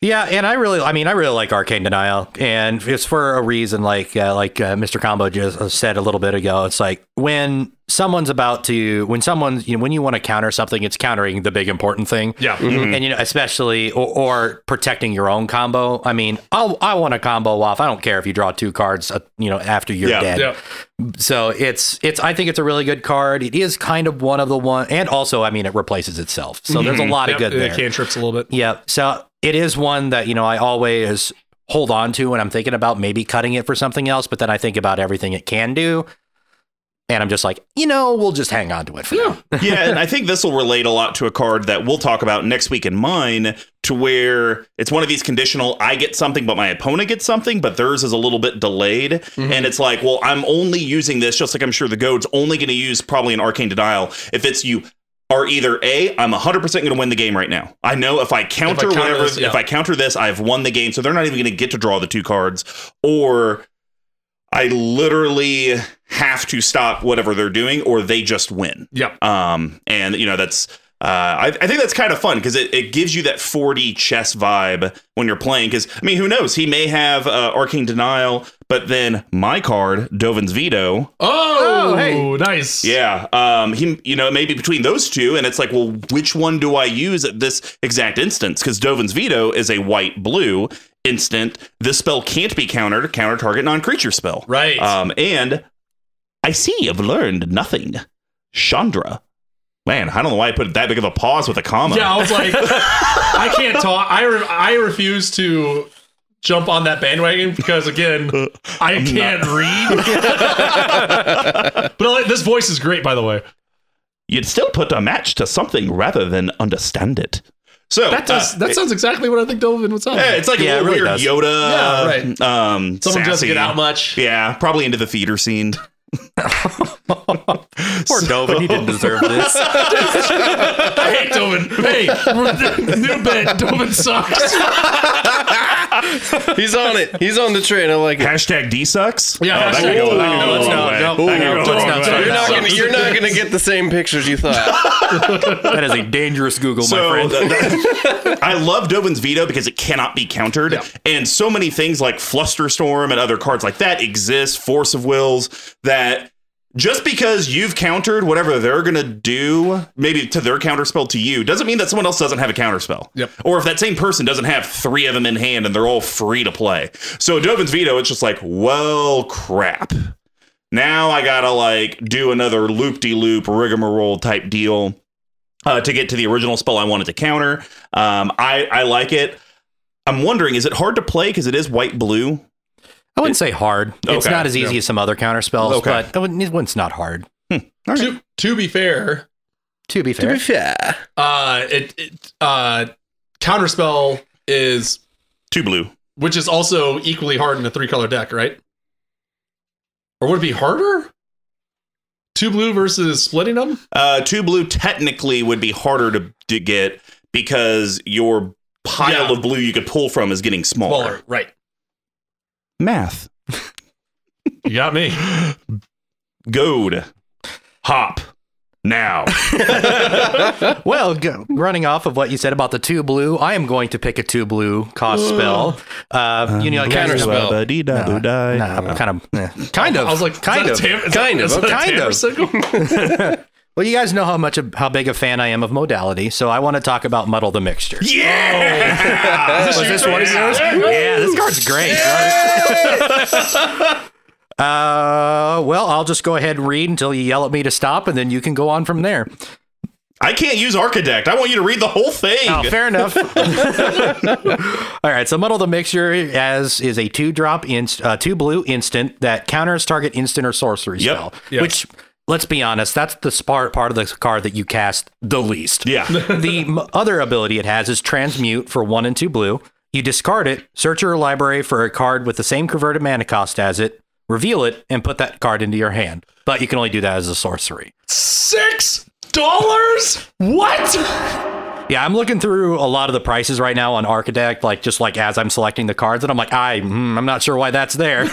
Yeah, and I really, I mean, I really like Arcane Denial, and it's for a reason. Like, uh, like uh, Mr. Combo just said a little bit ago, it's like when someone's about to, when someone, you know, when you want to counter something, it's countering the big important thing. Yeah. and you know, especially or, or protecting your own combo. I mean, I'll, I want a combo off. I don't care if you draw two cards, uh, you know, after you're Yeah. dead. Yeah. So it's it's I think it's a really good card. It is kind of one of the one, and also, I mean, it replaces itself. So there's a lot Mm-hmm. Yep, of good the there. Cantrips a little bit. Yeah. So it is one that, you know, I always hold on to when I'm thinking about maybe cutting it for something else, but then I think about everything it can do. And I'm just like, you know, we'll just hang on to it for now. yeah, and I think this will relate a lot to a card that we'll talk about next week in mine, to where it's one of these conditional I get something, but my opponent gets something, but theirs is a little bit delayed. Mm-hmm. And it's like, well, I'm only using this, just like I'm sure the goad's only going to use probably an arcane denial if it's you. Are either a I'm 100 percent going to win the game right now. I know if I counter, counter whatever, this, yeah. if I counter this, I've won the game. So they're not even going to get to draw the two cards, or I literally have to stop whatever they're doing, or they just win Yeah. um and you know that's uh i, I think that's kind of fun because it, it gives you that 4d chess vibe when you're playing because i mean who knows he may have uh, arcane denial but then my card dovin's veto Oh, Oh, hey. nice. yeah um he you know maybe between those two and it's like well which one do i use at this exact instance because dovin's veto is a white blue instant this spell can't be countered counter target non-creature spell Right. um, and I see you've learned nothing. Chandra. Man, I don't know why I put that big of a pause with a comma. Yeah, I was like, I can't talk. I re- I refuse to jump on that bandwagon because again, I can't read. but I like, this voice is great, by the way. You'd still put a match to something rather than understand it. So That does. uh, that sounds exactly what I think Delvin would sound. Yeah, like. it's like Yeah, a it little really weird uh, does. Yeah, Yoda. right. Um, Someone doesn't sassy. get out much. Yeah, probably into the theater scene. Poor Delvin, he didn't deserve this. I hate Dovin. Hey, new bed. Dovin sucks. He's on it. He's on the train. I like it. Hashtag D sucks. Yeah, oh, that could hashtag- go. Ooh, that could go no, a let's long not- way. no, That no, could go a let's long not way. talk You're not Sucks. gonna. You're not gonna get the same pictures you thought. That is a dangerous Google, my So friend. the- the- I love Dovin's veto because it cannot be countered, and so many things like Flusterstorm and other cards like that exist. Force of Wills that just because you've countered whatever they're gonna do, maybe to their counterspell to you, doesn't mean that someone else doesn't have a counterspell. Yep. Or if that same person doesn't have three of them in hand and they're all free to play. So Dovin's veto, it's just like, well, crap. Now I gotta like do another loop de loop rigmarole type deal uh, to get to the original spell I wanted to counter. Um, I I like it. I'm wondering, is it hard to play because it is white blue? I wouldn't say hard. It's Okay. not as easy as some other counter spells, Okay. but I wouldn't, it wouldn't- it's not hard. to, to be fair, To be To fair, be fair, uh, it, it uh, counterspell is Two blue. which is also equally hard in a three color deck, right? Or would it be harder? Two blue versus splitting them. Uh, two blue technically would be harder to, to get because your pile Yeah. of blue you could pull from is getting smaller. Smaller, right? Math. You got me. Goad. Hop. Now. well, g- running off of what you said about the two blue, I am going to pick a two blue cost spell. Uh, Um, you know, like Counter spell. Nah, I'm kind of, eh, kind of. I was like, kind of. is that a tam- is Kind that, of, is that a kind Tamer of. signal? Well, you guys know how much, of, how big a fan I am of modality, so I want to talk about muddle the mixture. Yeah! Was this one of yours? Yeah, this card's great. uh, well, I'll just go ahead and read until you yell at me to stop, and then you can go on from there. I can't use Architect. I want you to read the whole thing. Oh, fair enough. All right, so muddle the mixture as is a two drop inst- uh, two blue instant that counters target instant or sorcery Yep. spell. Yeah. Which, let's be honest, that's the smart part of the card that you cast the least. yeah. the m- other ability it has is transmute for one and two blue. You discard it, search your library for a card with the same converted mana cost as it, reveal it, and put that card into your hand. But you can only do that as a sorcery. Six dollars? What? Yeah, I'm looking through a lot of the prices right now on Architect, like just like as I'm selecting the cards, and I'm like, I, mm, I'm not sure why that's there.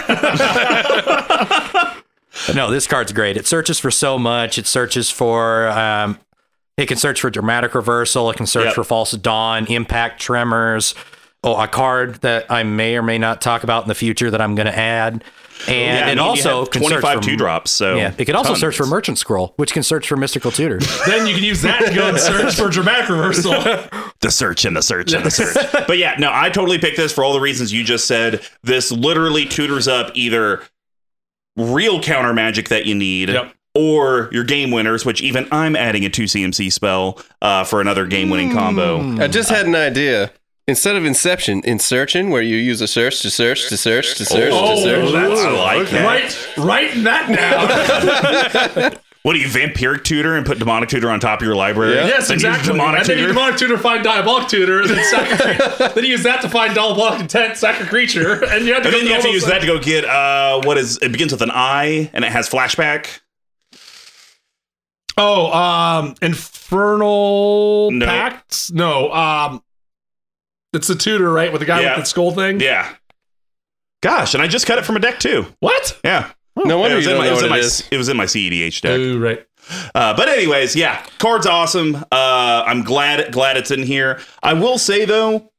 no, this card's great. It searches for so much. It searches for, um, it can search for dramatic reversal. It can search Yep. for false dawn, impact tremors. Oh, a card that I may or may not talk about in the future that I'm going to add, and Yeah, I it mean, you also have can search 25 for- two drops. So Yeah, it can also tons. search for merchant scroll, which can search for mystical tutor. then you can use that to go and search for dramatic reversal. the search and the search and the search. but yeah, no, I totally picked this for all the reasons you just said. This literally tutors up either real counter magic that you need. Yep. Or your game winners, which even I'm adding a two CMC spell uh, for another game winning Hmm. combo. I just had an idea. Instead of Inception, in searching, where you use a search to search to search to search to Oh, search. that's I like that. Right, writing that down. What do you vampiric tutor and put demonic tutor on top of your library? Yeah. yes, Then use exactly. Demonic and then you tutor. demonic tutor find diabolic tutor, and then sacrifice. then you use that to find diabolic intent, sacrifice creature, and you have to. And go then you through have to all use those- that to go get uh, what is it begins with an I and it has flashback. Oh, um, Infernal No. Pacts? No, um, it's the tutor, right? With the guy Yeah. with the skull thing? Yeah. Gosh, and I just cut it from a deck too. What? Yeah. No Yeah, wonder it, you was in don't my, it, know was in what my, it is. Mm. it was in my CEDH deck. Oh, right. Uh, but anyways, yeah, card's awesome. Uh, I'm glad glad it's in here. I will say though,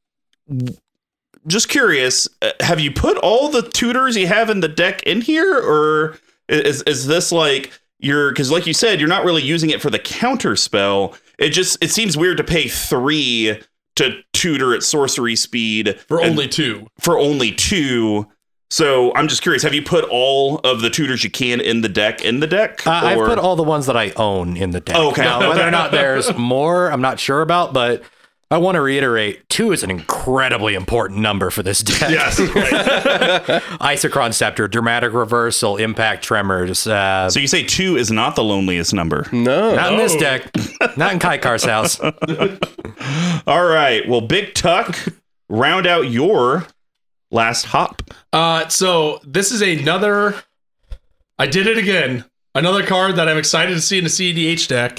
just curious, uh, have you put all the tutors you have in the deck in here, or is is this like you're because like you said, you're not really using it for the counter spell. It just it seems weird to pay three to tutor at sorcery speed For and- only two. for only two So I'm just curious. Have you put all of the tutors you can in the deck in the deck? Uh, I've put all the ones that I own in the deck. Okay. Now, whether or not there's more, I'm not sure about, but I want to reiterate two is an incredibly important number for this deck. Yes. Isochron Scepter, Dramatic Reversal, Impact Tremors. Uh, so you say two is not the loneliest number. Hmm. No. not in this Oh. deck. Not in Kaikar's house. All right. Well, Big Tuck, round out your last hop. Uh, so this is another. I did it again. Another card that I'm excited to see in a CEDH deck,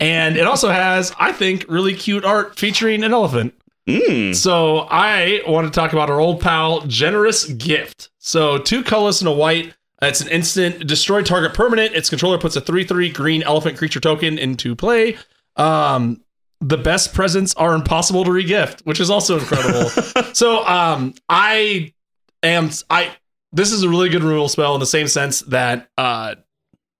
and it also has, I think, really cute art featuring an elephant. Mm. So I want to talk about our old pal, Generous Gift. So two colorless and a white. It's an instant destroy target permanent. Its controller puts a 3-3 green elephant creature token into play. Um, the best presents are impossible to regift, which is also incredible. so um, I am I this is a really good removal spell in the same sense that uh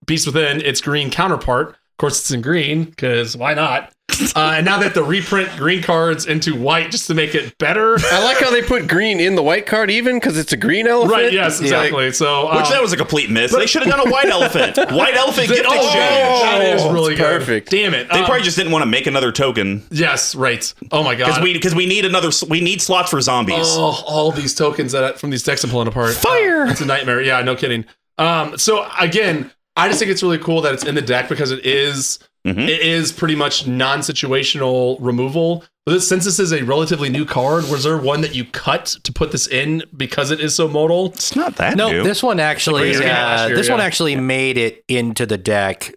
Beast Within, its green counterpart. Of course, it's in green because why not? Uh, and now that the reprint green cards into white just to make it better. I like how they put green in the white card, even because it's a green elephant. right? Yes, Like, exactly. So, uh, Which that was a complete miss. They should have done a white elephant. White elephant gift oh, exchange. that is Oh, really it's good. perfect. Damn it! They Um, probably just didn't want to make another token yes, right. Oh my because god. we because we need another s- we need slots for zombies. Oh, all these tokens that from these decks I'm pulling apart. Fire! it's a nightmare. Yeah, no kidding. Um, so again, I just think it's really cool that it's in the deck because it is- Mhm. it is pretty much non-situational removal. But this, since this is a relatively new card, was there one that you cut to put this in because it is so modal? It's not that No, new. this one actually, It's like last uh, year, this one yeah. actually made it into the deck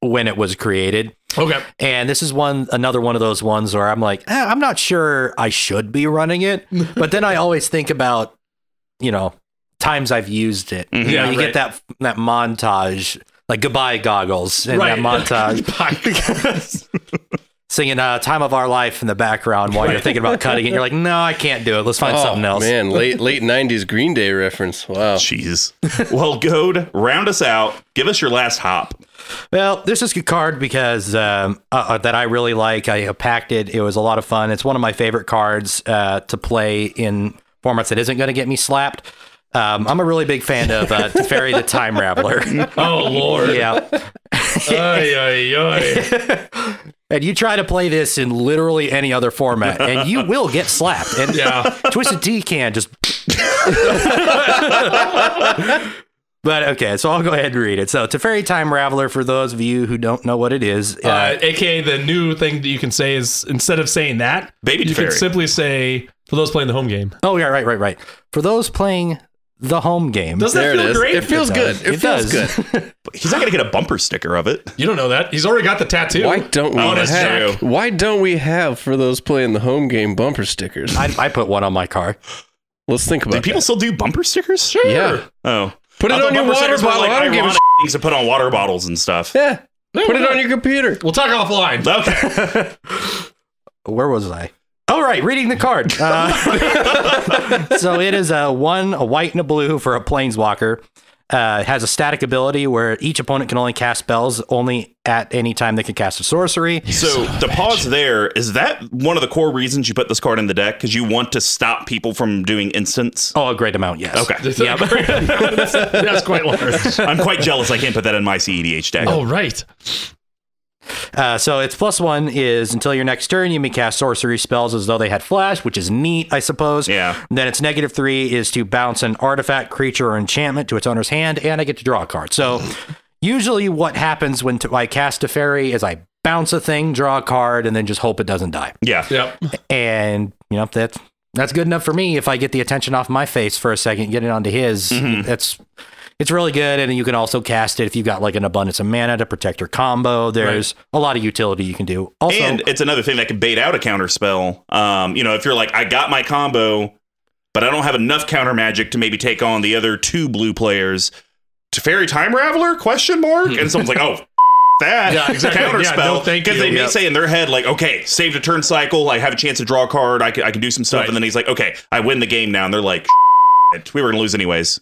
when it was created. Okay. And this is one another one of those ones where I'm like, eh, I'm not sure I should be running it, but then I always think about, you know, times I've used it. Mhm. You know, Mm-hmm. Yeah, you right. get that that montage, like goodbye goggles, and Right. that montage Podcast. singing uh, "Time of Our Life" in the background while you're thinking about cutting it. You're like, no, I can't do it. Let's find Oh, something else. Man, late late '90s Green Day reference. Wow. Jeez. well, Goad, round us out. Give us your last hop. Well, this is a card because um, uh, uh, that I really like. I uh, packed it. It was a lot of fun. It's one of my favorite cards uh, to play in formats that isn't going to get me slapped. Um, I'm a really big fan of uh, Teferi the Time Raveler. oh lord. yeah. Ay, ay, ay. And you try to play this in literally any other format, and you will get slapped. And Yeah. Twisted D can just. but okay, so I'll go ahead and read it. So Teferi Time Raveler, for those of you who don't know what it is, uh, Uh, AKA the new thing that you can say is instead of saying that, Baby you can Teferi. simply say for those playing the home game. Oh yeah, right, right, right. For those playing the home game, Doesn't There that feel it is. great? It feels It good. does. It, It feels does. good. He's not gonna get a bumper sticker of it. you don't know that. He's already got the tattoo. Why don't we Oh, that's have? true. Why don't we have for those playing the home game bumper stickers? I, I put one on my car. Let's think Do about. people that. still do bumper stickers? Sure. Yeah. Oh. Put it I thought on your bumper water stickers were, bottle. I Like don't give a ironic things to put on water bottles and stuff. Yeah. Put it we're on your computer. We'll talk offline. Okay. Where was I? All right, reading the card. Uh, so it is a one, a white, and a blue for a planeswalker. Uh, it has a static ability where each opponent can only cast spells only at any time they can cast a sorcery. So the pause there is that one of the core reasons you put this card in the deck because you want to stop people from doing instants. Oh, a great amount, yes. Okay, Yeah, that's, that's quite large. I'm quite jealous. I can't put that in my CEDH deck. Oh right. Uh, so its plus one is until your next turn, you may cast sorcery spells as though they had flash, which is neat, I suppose. Yeah. And then its negative three is to bounce an artifact, creature, or enchantment to its owner's hand, and I get to draw a card. So usually, what happens when t- I cast a fairy is I bounce a thing, draw a card, and then just hope it doesn't die. Yeah. Yep. And you know that's that's good enough for me. If I get the attention off my face for a second, get it onto his, that's. It's really good, and you can also cast it if you've got like an abundance of mana to protect your combo. There's a lot of utility you can do. Also, And it's another thing that can bait out a counter spell. Um, you know, if you're like, I got my combo, but I don't have enough counter magic to maybe take on the other two blue players. To Fairy Time Raveler? Question mark. And someone's like, oh. f- That Yeah, exactly. counter Yeah, spell no, thank because you. they may Yep. say in their head like, "Okay, saved a turn cycle. I have a chance to draw a card. I can, I can do some stuff." Right. And then he's like, "Okay, I win the game now." And they're like, "Shit, "We were gonna lose anyways."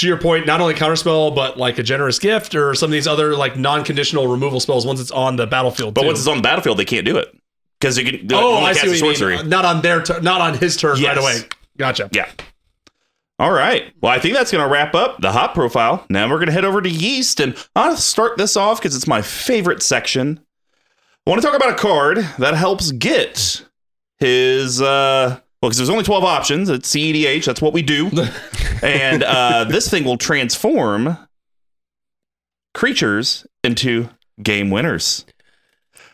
To your point, not only counterspell, but like a generous gift or some of these other like non-conditional removal spells once it's on the battlefield. But too. once it's on the battlefield, they can't do it because you can. oh, only I cast see a what you sorcery. mean. Not on their turn. Not on his turn Yes. right away. Gotcha. Yeah. All right. Well, I think that's going to wrap up the hot profile. Now we're going to head over to yeast, and I'll start this off because it's my favorite section. I want to talk about a card that helps get his. Uh, well, because there's only 12 options at CEDH. That's what we do. and uh, this thing will transform creatures into game winners.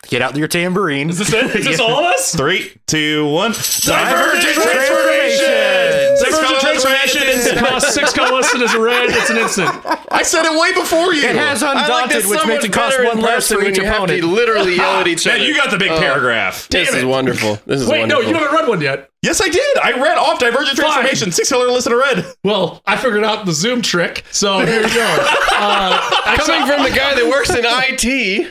Get out your tambourine. Is this it? Is this all of us? Three, two, one. Divergent transformation! Divergent transformation is cost six colorless and is red. It's an instant. I said it way before you. It has I like undaunted, this which so makes much it cost better in one less person than when each you have opponent. to literally yell at each Now other. you got the big Oh, paragraph. This Damn is it. wonderful. This is Wait, no, wonderful. you haven't read one yet. Yes, I did. I read off Divergent Fine. Transformation, six color listed in red. Well, I figured out the Zoom trick, so here we go. Uh, Coming from the guy that works in IT.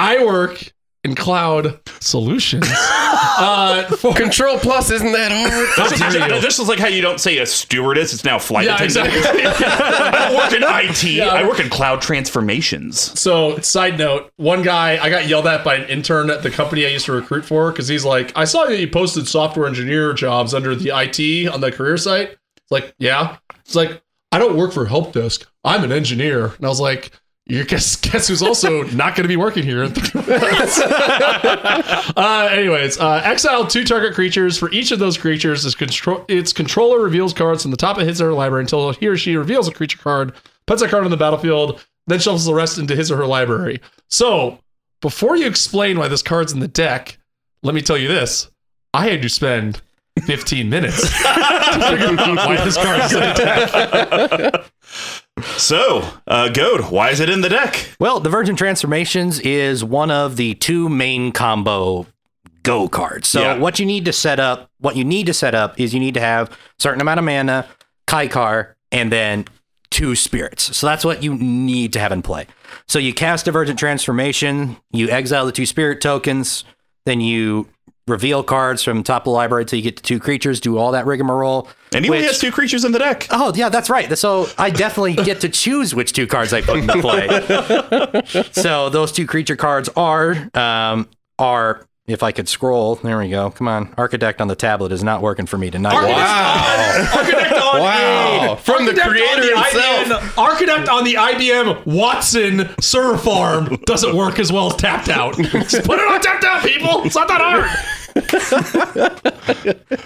I work in cloud solutions. Uh, for, Control plus isn't that hard. dare you. This is like how you don't say a stewardess; it's now flight yeah, attendant. exactly. I don't work in IT. Yeah. I work in cloud transformations. So, side note, one guy I got yelled at by an intern at the company I used to recruit for because he's like, I saw that you posted software engineer jobs under the IT on the career site. It's like, yeah. It's like, I don't work for help desk. I'm an engineer. And I was like, you guess guess who's also not going to be working here in three months? uh, anyways, uh, exile two target creatures. For each of those creatures, is control- its controller reveals cards from the top of his or her library until he or she reveals a creature card, puts that card on the battlefield, then shuffles the rest into his or her library. So, before you explain why this card's in the deck, let me tell you this: I had to spend 15 minutes to figure out why this card is in the deck. So, uh, Goad, why is it in the deck? Well, the Virgin Transformations is one of the two main combo go cards. So Yeah. what you need to set up, what you need to set up is you need to have certain amount of mana, Kaikar, and then two spirits. So that's what you need to have in play. So you cast Divergent Transformation, you exile the two spirit tokens, then you reveal cards from top of the library until you get to two creatures, do all that rigmarole. And he only which- has two creatures in the deck. Oh yeah, that's right. So I definitely get to choose which two cards I put into play. so those two creature cards are um, are if I could scroll. There we go. Come on, Architect on the tablet is not working for me tonight. Wow. wow. From the creator himself. IBM, Architect on the IBM Watson server farm doesn't work as well as Tapped Out. Just put it on Tapped Out, people. It's not that hard.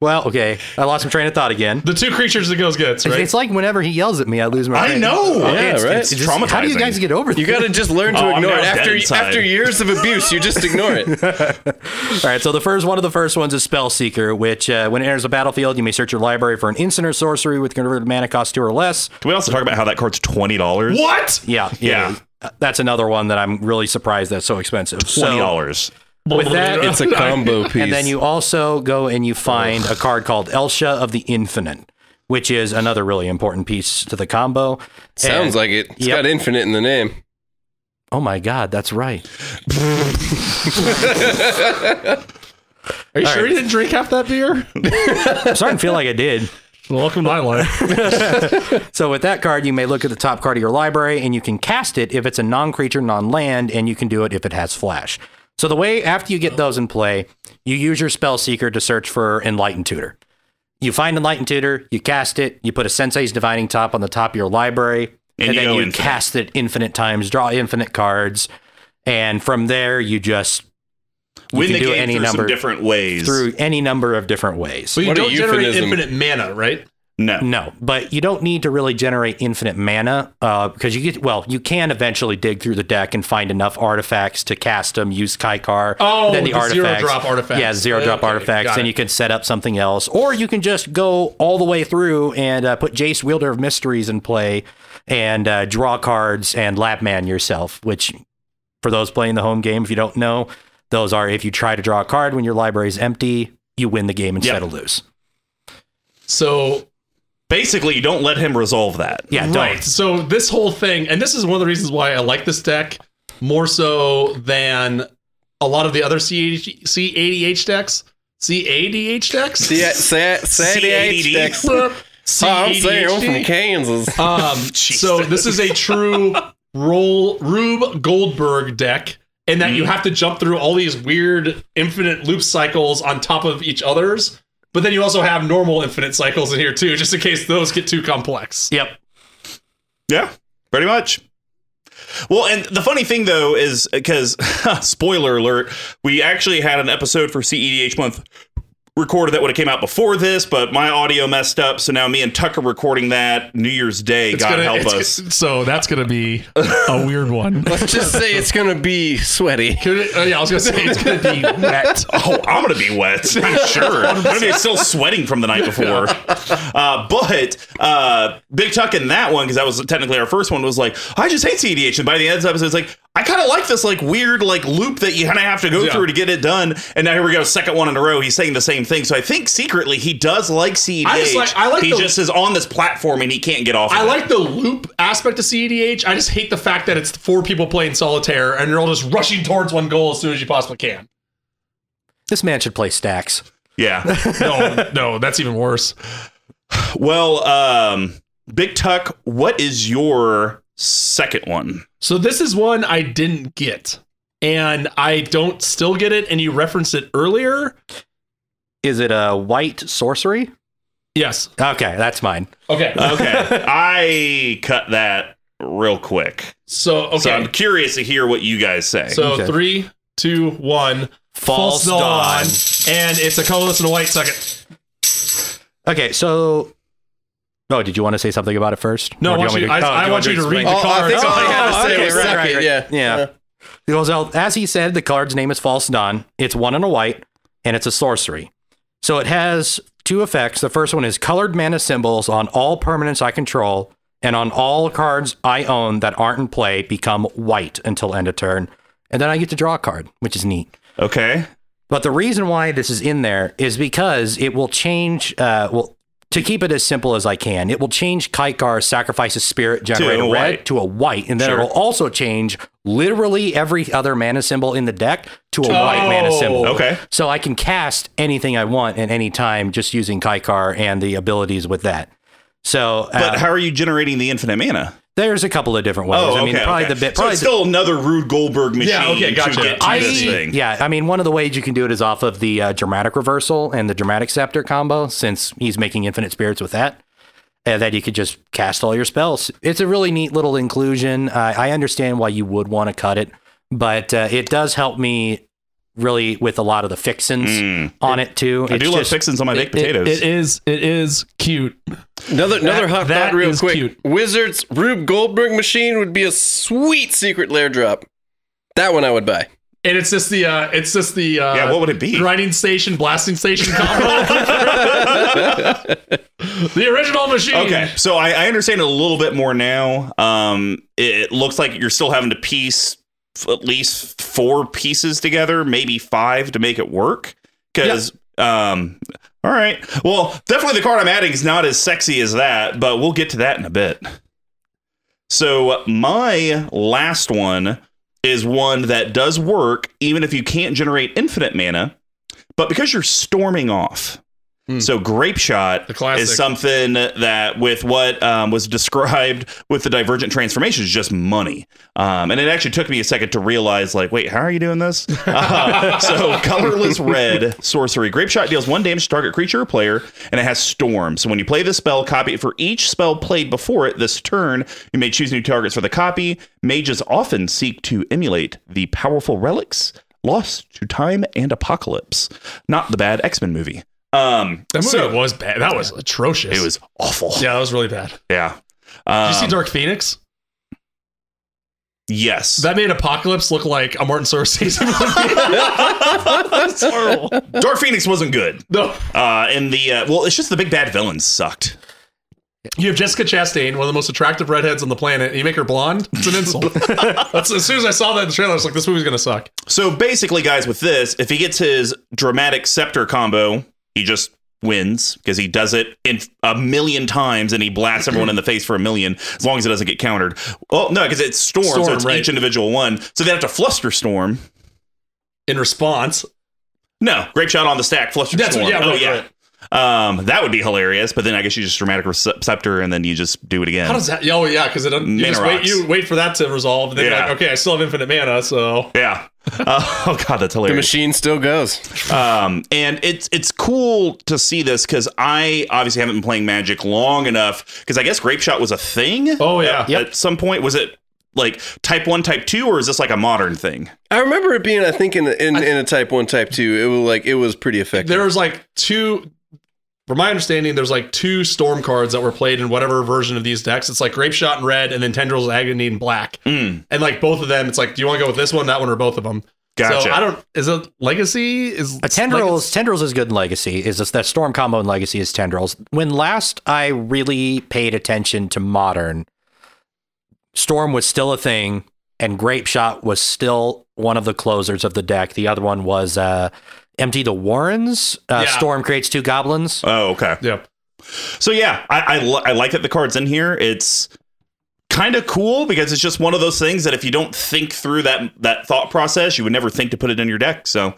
Well, okay, I lost my train of thought again. The two creatures that goes gets, right? It's like whenever he yells at me, I lose my. I brain. know. Okay, Yeah, it's- right. it's just- how do you Traumatizing. guys get over? You this? got to just learn to Oh, I'm ignore it. now dead After, inside. after years of abuse, you just ignore it. All right, so the first one of the first ones is Spellseeker, which uh, when it enters the battlefield, you may search your library for an instant or sorcery with converted mana cost two or less. Can we also talk about how that card's twenty dollars? what? Yeah, it Yeah. is. Uh, That's another one that I'm really surprised that's so expensive. Twenty So- dollars. With that, It's a combo piece. and then you also go and you find a card called Elsha of the Infinite, which is another really important piece to the combo. Sounds like it. It's Yep. got infinite in the name. Oh my God, that's right. Are you sure right. you didn't drink half that beer? I'm starting to feel like I did. Welcome to my life. So with that card, you may look at the top card of your library and you can cast it if it's a non-creature, non-land, and you can do it if it has flash. So the way after you Oh. get those in play, you use your spell seeker to search for Enlightened Tutor. You find Enlightened Tutor, you cast it, you put a Sensei's Divining Top on the top of your library, and, And you then go you infinite. cast it infinite times, draw infinite cards, and from there you just you Win can the do game any through number some different ways. through any number of different ways. But you What a don't generate euphemism. infinite mana, right? no. No, but you don't need to really generate infinite mana because you get well. You can eventually dig through the deck and find enough artifacts to cast them. Use Kaikar. Oh, the zero drop artifacts. Yeah, zero Yeah, drop okay, artifacts. got Then it. you can set up something else, or you can just go all the way through and uh, put Jace Wielder of Mysteries in play and uh, draw cards and Lab Man yourself. Which, for those playing the home game, if you don't know, those are if you try to draw a card when your library is empty, you win the game instead Yep. of lose. So Basically, you don't let him resolve that. Yeah, don't. Right. So this whole thing, and this is one of the reasons why I like this deck more so than a lot of the other CADH, CADH decks. CADH decks? Sa- sa- CADD. Saturday Dex. Oh, Burp. I'm saying I'm from CADHD. Kansas. Um, so this is a true roll Rube Goldberg deck, in Mm-hmm. that you have to jump through all these weird infinite loop cycles on top of each other's. But then you also have normal infinite cycles in here too, just in case those get too complex. Yep. Yeah, pretty much. Well, and the funny thing though is because spoiler alert, we actually had an episode for CEDH month recorded that would have came out before this, but my audio messed up, so now me and Tucker recording that New Year's Day. It's God gonna- help it's- us. So that's gonna be a weird one. Let's just say it's gonna be sweaty. Could it- oh, yeah, I was gonna say it's gonna be wet. Oh, I'm gonna be wet. I'm sure. I'm gonna be still sweating from the night before. Uh, but uh, Big Tuck in that one, because that was technically our first one, was like, I just hate CDH. And by the end of the episode, it's like, I kind of like this like weird like loop that you kind of have to go Yeah. through to get it done. And now here we go, second one in a row. He's saying the same thing. So I think secretly he does like CDH. I just like- I like he the- just is on this platform and he can't get off. I of it. like the loop aspect of CEDH. I just hate the fact that it's four people playing solitaire and you're all just rushing towards one goal as soon as you possibly can. This man should play stacks. Yeah. No, no, that's even worse. well, um, Big Tuck, what is your second one? So this is one I didn't get. And I don't still get it, and you referenced it earlier. Is it a white sorcery? Yes. Uh, Okay, that's mine. Okay. Okay. I cut that real quick. so okay. So I'm curious to hear what you guys say. So Okay. three, two, one. False Dawn. and it's a colorless and a white second. Okay, so. Oh, did you want to say something about it first? No, I Or do want want you. me I, oh, I do want you to want me read the I card. think all I had to say Oh, okay, was right, suck right, it, right. Yeah. Yeah. Because el- as he said, the card's name is False Dawn. It's one and a white, and it's a sorcery. So it has two effects. The first one is colored mana symbols on all permanents I control and on all cards I own that aren't in play become white until end of turn. And then I get to draw a card, which is neat. okay. But the reason why this is in there is because it will change. Uh, well, to keep it as simple as I can, it will change Kaikar's sacrifices spirit generator a red white. to a white, and then Sure. it'll also change literally every other mana symbol in the deck to a white mana Oh. symbol. Okay. So I can cast anything I want at any time just using Kaikar and the abilities with that. So uh, But how are you generating the infinite mana? there's a couple of different ways. Oh, I mean, okay, probably okay. the bit. So Probably it's the- still another Rude Goldberg machine Yeah, okay, gotcha. to get to I- this thing. Yeah, I mean, one of the ways you can do it is off of the uh, dramatic reversal and the dramatic scepter combo, since he's making infinite spirits with that. And then you could just cast all your spells. It's a really neat little inclusion. Uh, I understand why you would want to cut it, but uh, it does help me really with a lot of the fixins on it too. Mm. I do love fixins on my baked potatoes. It is. It is cute. Another another hot that thought, real is quick. cute. Wizards Rube Goldberg machine would be a sweet secret lair drop. That one I would buy. And it's just the. Uh, it's just the. Uh, Yeah, what would it be? Grinding station, blasting station combo. the original machine. Okay, so I, I understand it a little bit more now. Um, it, it looks like you're still having to piece f- at least four pieces together, maybe five, to make it work. Because, um, all right, well, definitely the card I'm adding is not as sexy as that, but we'll get to that in a bit. So my last one is one that does work, even if you can't generate infinite mana, but because you're storming off. So grape shot Hmm. The classic. is something that, with what um, was described with the divergent transformation, is just money. Um, and it actually took me a second to realize, like, wait, how are you doing this? Uh, so colorless red sorcery grape shot deals one damage to target creature or player, and it has storm. So when you play this spell, copy it for each spell played before it this turn. You may choose new targets for the copy. Mages often seek to emulate the powerful relics. Lost to time and apocalypse, not the bad X Men movie. Um, That movie so- was bad. That was atrocious. it was awful. Yeah, that was really bad. Did Yeah. you Um, see Dark Phoenix? yes. That made Apocalypse look like a Martin Scorsese movie. That's horrible. Dark Phoenix wasn't good. no, Uh, and the uh, well, it's just the big bad villains sucked. you have Jessica Chastain, one of the most attractive redheads on the planet, and you make her blonde. It's an insult. That's, as soon as I saw that in the trailer, I was like, "This movie's gonna suck." So basically, guys, with this, if he gets his dramatic scepter combo, he just wins because he does it in a million times and he blasts everyone in the face for a million as long as it doesn't get countered. Well, no, because it's storm, so Storm, it's right. each individual one. So they have to fluster storm. In response, No, grape shot on the stack, fluster That's- storm. yeah, oh right, yeah. Um, that would be hilarious, but then I guess you just dramatic scepter and then you just do it again. how does that? Oh yeah, because it you Mana just wait. rocks. You wait for that to resolve, and then you're Yeah. like, "Okay, I still have infinite mana, so Yeah. Uh, oh god, that's The hilarious. machine still goes. Um, and it's it's cool to see this because I obviously haven't been playing Magic long enough because I guess Grape Shot was a thing. Oh, yeah. at, at some point was it like Type One, Type Two, or is this like a modern thing? I remember it being, I think, in in, in a type one, type two. It was like it was pretty effective. There was like two, from my understanding, there's like two storm cards that were played in whatever version of these decks. It's like Grape Shot in red and then Tendrils of Agony in black. Mm, And like both of them, it's like, do you want to go with this one, that one, or both of them? gotcha. So I don't, is it Legacy? Is A tendrils, tendrils is good in Legacy. Is this that storm combo in Legacy is tendrils? When last I really paid attention to modern, storm was still a thing, and grape shot was still one of the closers of the deck. The other one was uh, empty the warrens. Uh, Yeah. Storm creates two goblins. oh, okay. Yep. So yeah, I I, li- I like that the card's in here. It's kind of cool because it's just one of those things that if you don't think through that that thought process, you would never think to put it in your deck. So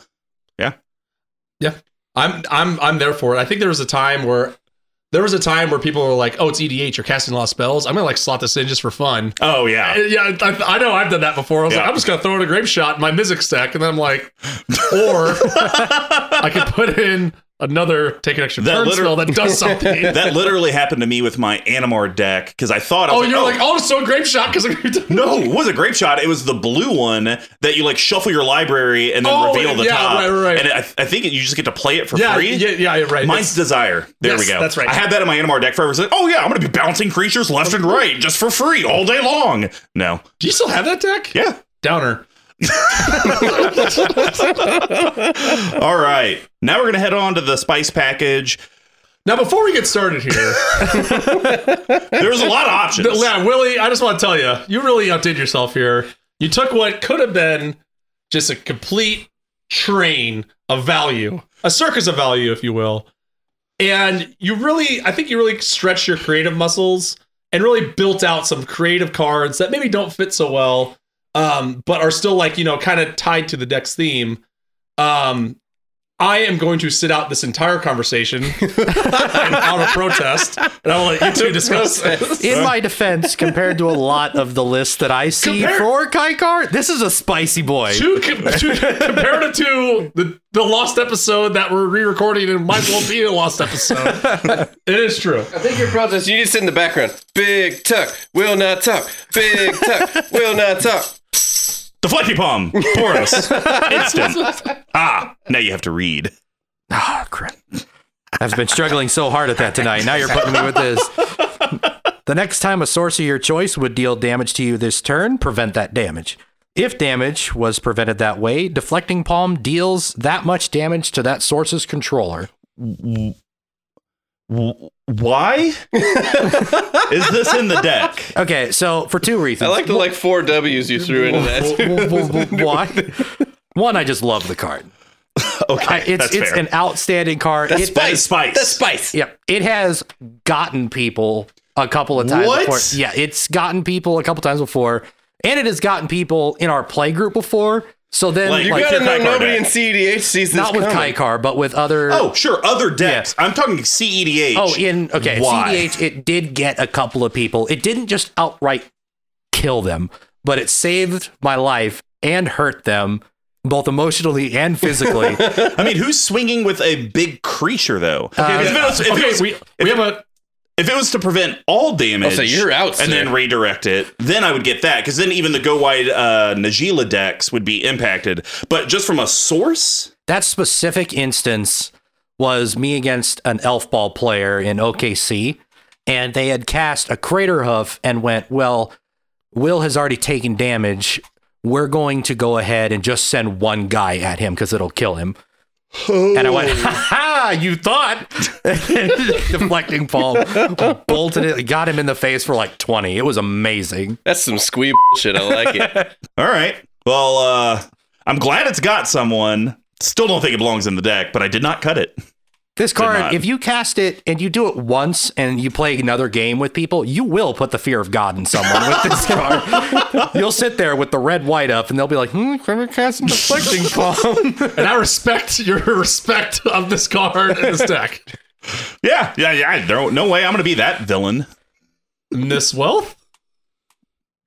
I'm I'm I'm there for it. I think there was a time where there was a time where people were like, "Oh, it's EDH. You're casting a lot of spells. I'm gonna like slot this in just for fun." oh yeah, And yeah, I, I know I've done that before. I was like, Yeah. "I'm just gonna throw in a grape shot in my Mizzix stack," and then I'm like, or I could put in another take an extra That turn literal- spell that does something. that literally happened to me with my Animar deck because I thought I oh, was you're like, "Oh, so grape shot because I'm." No, it was a grape shot. It was the blue one that you like shuffle your library and then Oh, reveal the yeah, top. right, right, right. And I, I think you just get to play it for Yeah, free. yeah, yeah, you're right. Mine's Desire. There Yes, we go. that's right. I had that in my Animar deck forever. It's like, oh yeah, I'm gonna be bouncing creatures left and right just for free all day long. No. Do you still have that deck? Yeah. Downer. All right. Now we're gonna head on to the spice package. Now, before we get started here, There's a lot of options. yeah, Willie, I just want to tell you, you really outdid yourself here. You took what could have been just a complete train of value, a circus of value, if you will. And you really, I think you really stretched your creative muscles and really built out some creative cards that maybe don't fit so well, um, but are still like, you know, kind of tied to the deck's theme. Um, I am going to sit out this entire conversation out of protest, and I'll let you two discuss this. In my defense, compared to a lot of the list that I see Compare- for Kaikar, this is a spicy boy. Two, com- two compared to the, the lost episode that we're re-recording and might well be a lost episode. it is true. I think your process. You just sit in the background. Big tuck will not talk. Big tuck will not talk. The Flecky Palm. Porous. Instant. Ah, now you have to read. Ah, crap. I've been struggling so hard at that tonight. Now you're putting me with this. The next time a source of your choice would deal damage to you this turn, prevent that damage. If damage was prevented that way, Deflecting Palm deals that much damage to that source's controller. W- why? Is this in the deck? Okay, so for two reasons. I like the like four W's you threw into that. Why? One, I just love the card. Okay, I- it's that's it's fair. an outstanding card. It- that is spice. That's spice. Yep. It has gotten people a couple of times What? before. Yeah, it's gotten people a couple times before. And it has gotten people in our play group before. So then Like, like, you You gotta your know Kaikar nobody deck. in CEDH sees this not with coming. Kaikar, but with other Oh, sure, other decks. I'm talking E CEDH. Oh, in okay, Why? CDH it did get a couple of people. It didn't just outright kill them, but it saved my life and hurt them both emotionally and physically. I mean, who's swinging with a big creature though? Uh, Uh, if, it was, if, it Okay, was- we, we have a if it was to prevent all damage, Oh, so you're out, and sir. then redirect it, then I would get that because then even the go wide uh, Najila decks would be impacted. But just from a source, that specific instance was me against an elf ball player in OKC, and they had cast a crater hoof and went, Well, Will has already taken damage. We're going to go ahead and just send one guy at him because it'll kill him. And I went, ha ha, you thought. Deflecting palm bolted it, got him in the face for like 20. It was amazing. That's some squeeb shit. I like it. all right. Well, uh, I'm glad it's got someone. Still don't think it belongs in the deck, but I did not cut it. This not. card, if you cast it and you do it once and you play another game with people, you will put the fear of God in someone with this card. You'll sit there with the red white up and they'll be like, hmm, can we cast some deflecting palm? and I respect your respect of this card and this deck. Yeah, yeah, yeah. No, no way. I'm gonna be that villain. Miss Wealth?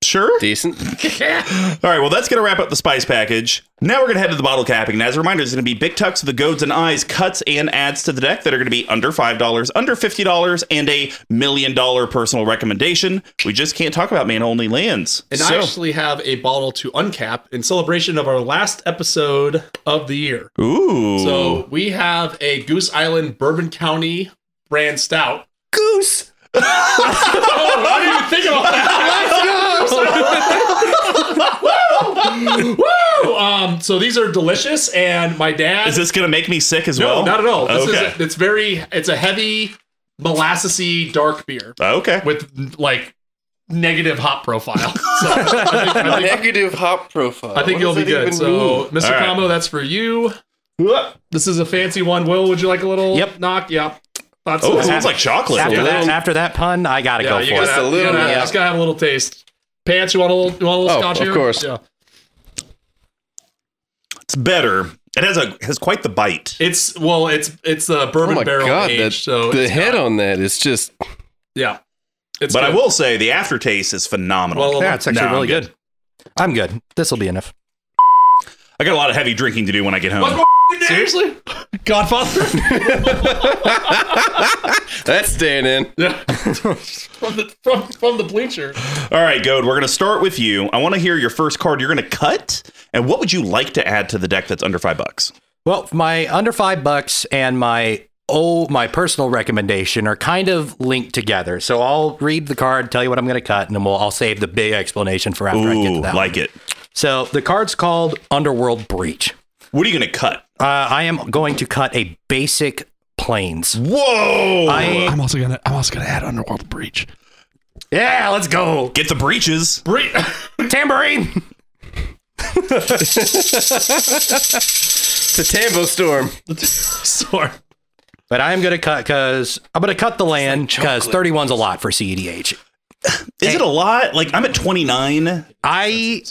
Sure. Decent. All right, well, that's going to wrap up the spice package. Now we're going to head to the bottle capping. And as a reminder, there's going to be big tucks, the goads and eyes, cuts, and adds to the deck that are going to be under $5, under $50, and a million dollar personal recommendation. We just can't talk about man only lands. And I actually have a bottle to uncap in celebration of our last episode of the year. ooh. So we have a Goose Island Bourbon County brand stout. goose. Oh, I didn't even think about that. Woo! Um, so these are delicious, and my dad. Is this going to make me sick as no, well? not at all. This okay. is it's very it's a heavy molassesy dark beer okay. with like negative hop profile. So I think, I think, Negative hop profile. I think What you'll does be that good. even So, mean? Mr. All right. Combo, that's for you. This is a fancy one. Will, would you like a little Yep. knock? Yep. That's Oh, it. it sounds like chocolate. After Yeah. that, after that pun, I gotta yeah, go you for gotta, it. Just a you little gotta- bit. Just gotta have a little taste. Pants, you want a little, you want a little Oh, scotch of here? course. Yeah. It's better. It has a has quite the bite. It's well, it's it's a Oh bourbon my barrel god, age, that, so the it's head got- on that is just yeah. It's But I good. will say the aftertaste is phenomenal. Well, Yeah, it's actually No, I'm really good. I'm good. This will be enough. I got a lot of heavy drinking to do when I get home. What more seriously, Godfather. that's staying in. Yeah. from the from, from the bleacher. All right, Goad, we're going to start with you. I want to hear your first card you're going to cut, and what would you like to add to the deck that's under five bucks? Well, my under five bucks and my oh my personal recommendation are kind of linked together. So I'll read the card, tell you what I'm gonna cut, and then we'll I'll save the big explanation for after I get Ooh, to that. like one. it. So the card's called Underworld Breach. What are you going to cut? Uh, I am going to cut a basic planes. Whoa! I I'm also gonna I'm also gonna add Underworld Breach. yeah, let's go get the breaches. Bre- tambourine. It's a Tambo storm. Sorry. But I am gonna cut because I'm gonna cut the land because 31's a lot for E CEDH. Is it a lot? Like I'm at 29. I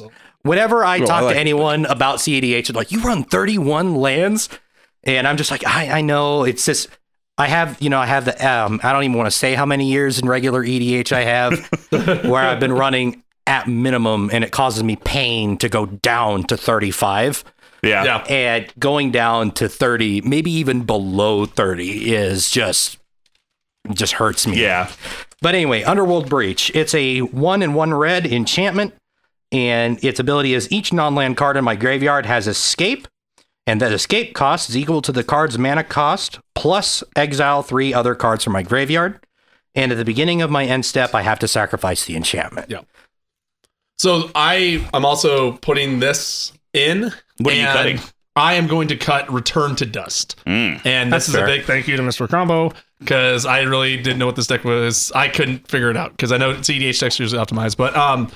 whenever I talk I like to anyone about CEDH, they're like, "You run 31 lands," and I'm just like, "I I know." It's just I have you know I have the um I don't even want to say how many years in regular EDH I have where I've been running at minimum, and it causes me pain to go down to 35 Yeah. Yeah. and going down to 30 maybe even below 30 is just just hurts me Yeah. but anyway, Underworld Breach. It's a one and one red enchantment, and its ability is each non land card in my graveyard has escape, and that escape cost is equal to the card's mana cost plus exile three other cards from my graveyard. And at the beginning of my end step, I have to sacrifice the enchantment. Yeah. So I I'm also putting this in. What are you and cutting? I am going to cut Return to Dust. Mm. And this That's is fair. a big thank you to Mr. Combo because I really didn't know what this deck was. I couldn't figure it out because I know E CDH decks are usually optimized. But um,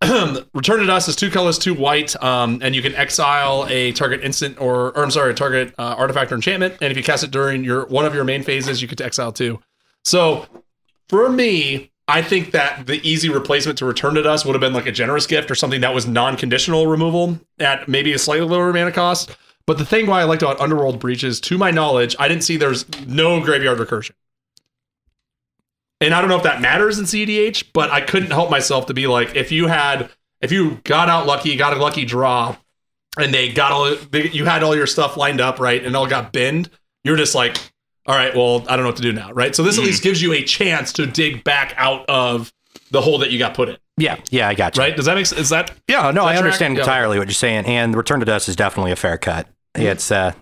Return to Dust is two colors, two white, um, and you can exile a target instant or, or I'm sorry, a target uh, artifact or enchantment. And if you cast it during your one of your main phases, you could exile two. So for me, I think that the easy replacement to return to dust would have been like a generous gift or something that was non-conditional removal at maybe a slightly lower mana cost. But the thing why I liked about Underworld Breaches, to my knowledge, I didn't see there's no graveyard recursion. And I don't know if that matters in CDH, but I couldn't help myself to be like, if you had, if you got out lucky, got a lucky draw, and they got all, they, you had all your stuff lined up, right, and all got binned, you're just like, all right, well, I don't know what to do now, right? So Hmm. this at least gives you a chance to dig back out of the hole that you got put in, Yeah, yeah, I got you. right? Does that make sense? Is that Yeah, no, Does that I track? understand Yeah. entirely what you're saying. And Return to Dust is definitely a fair cut. Mm-hmm. It's uh,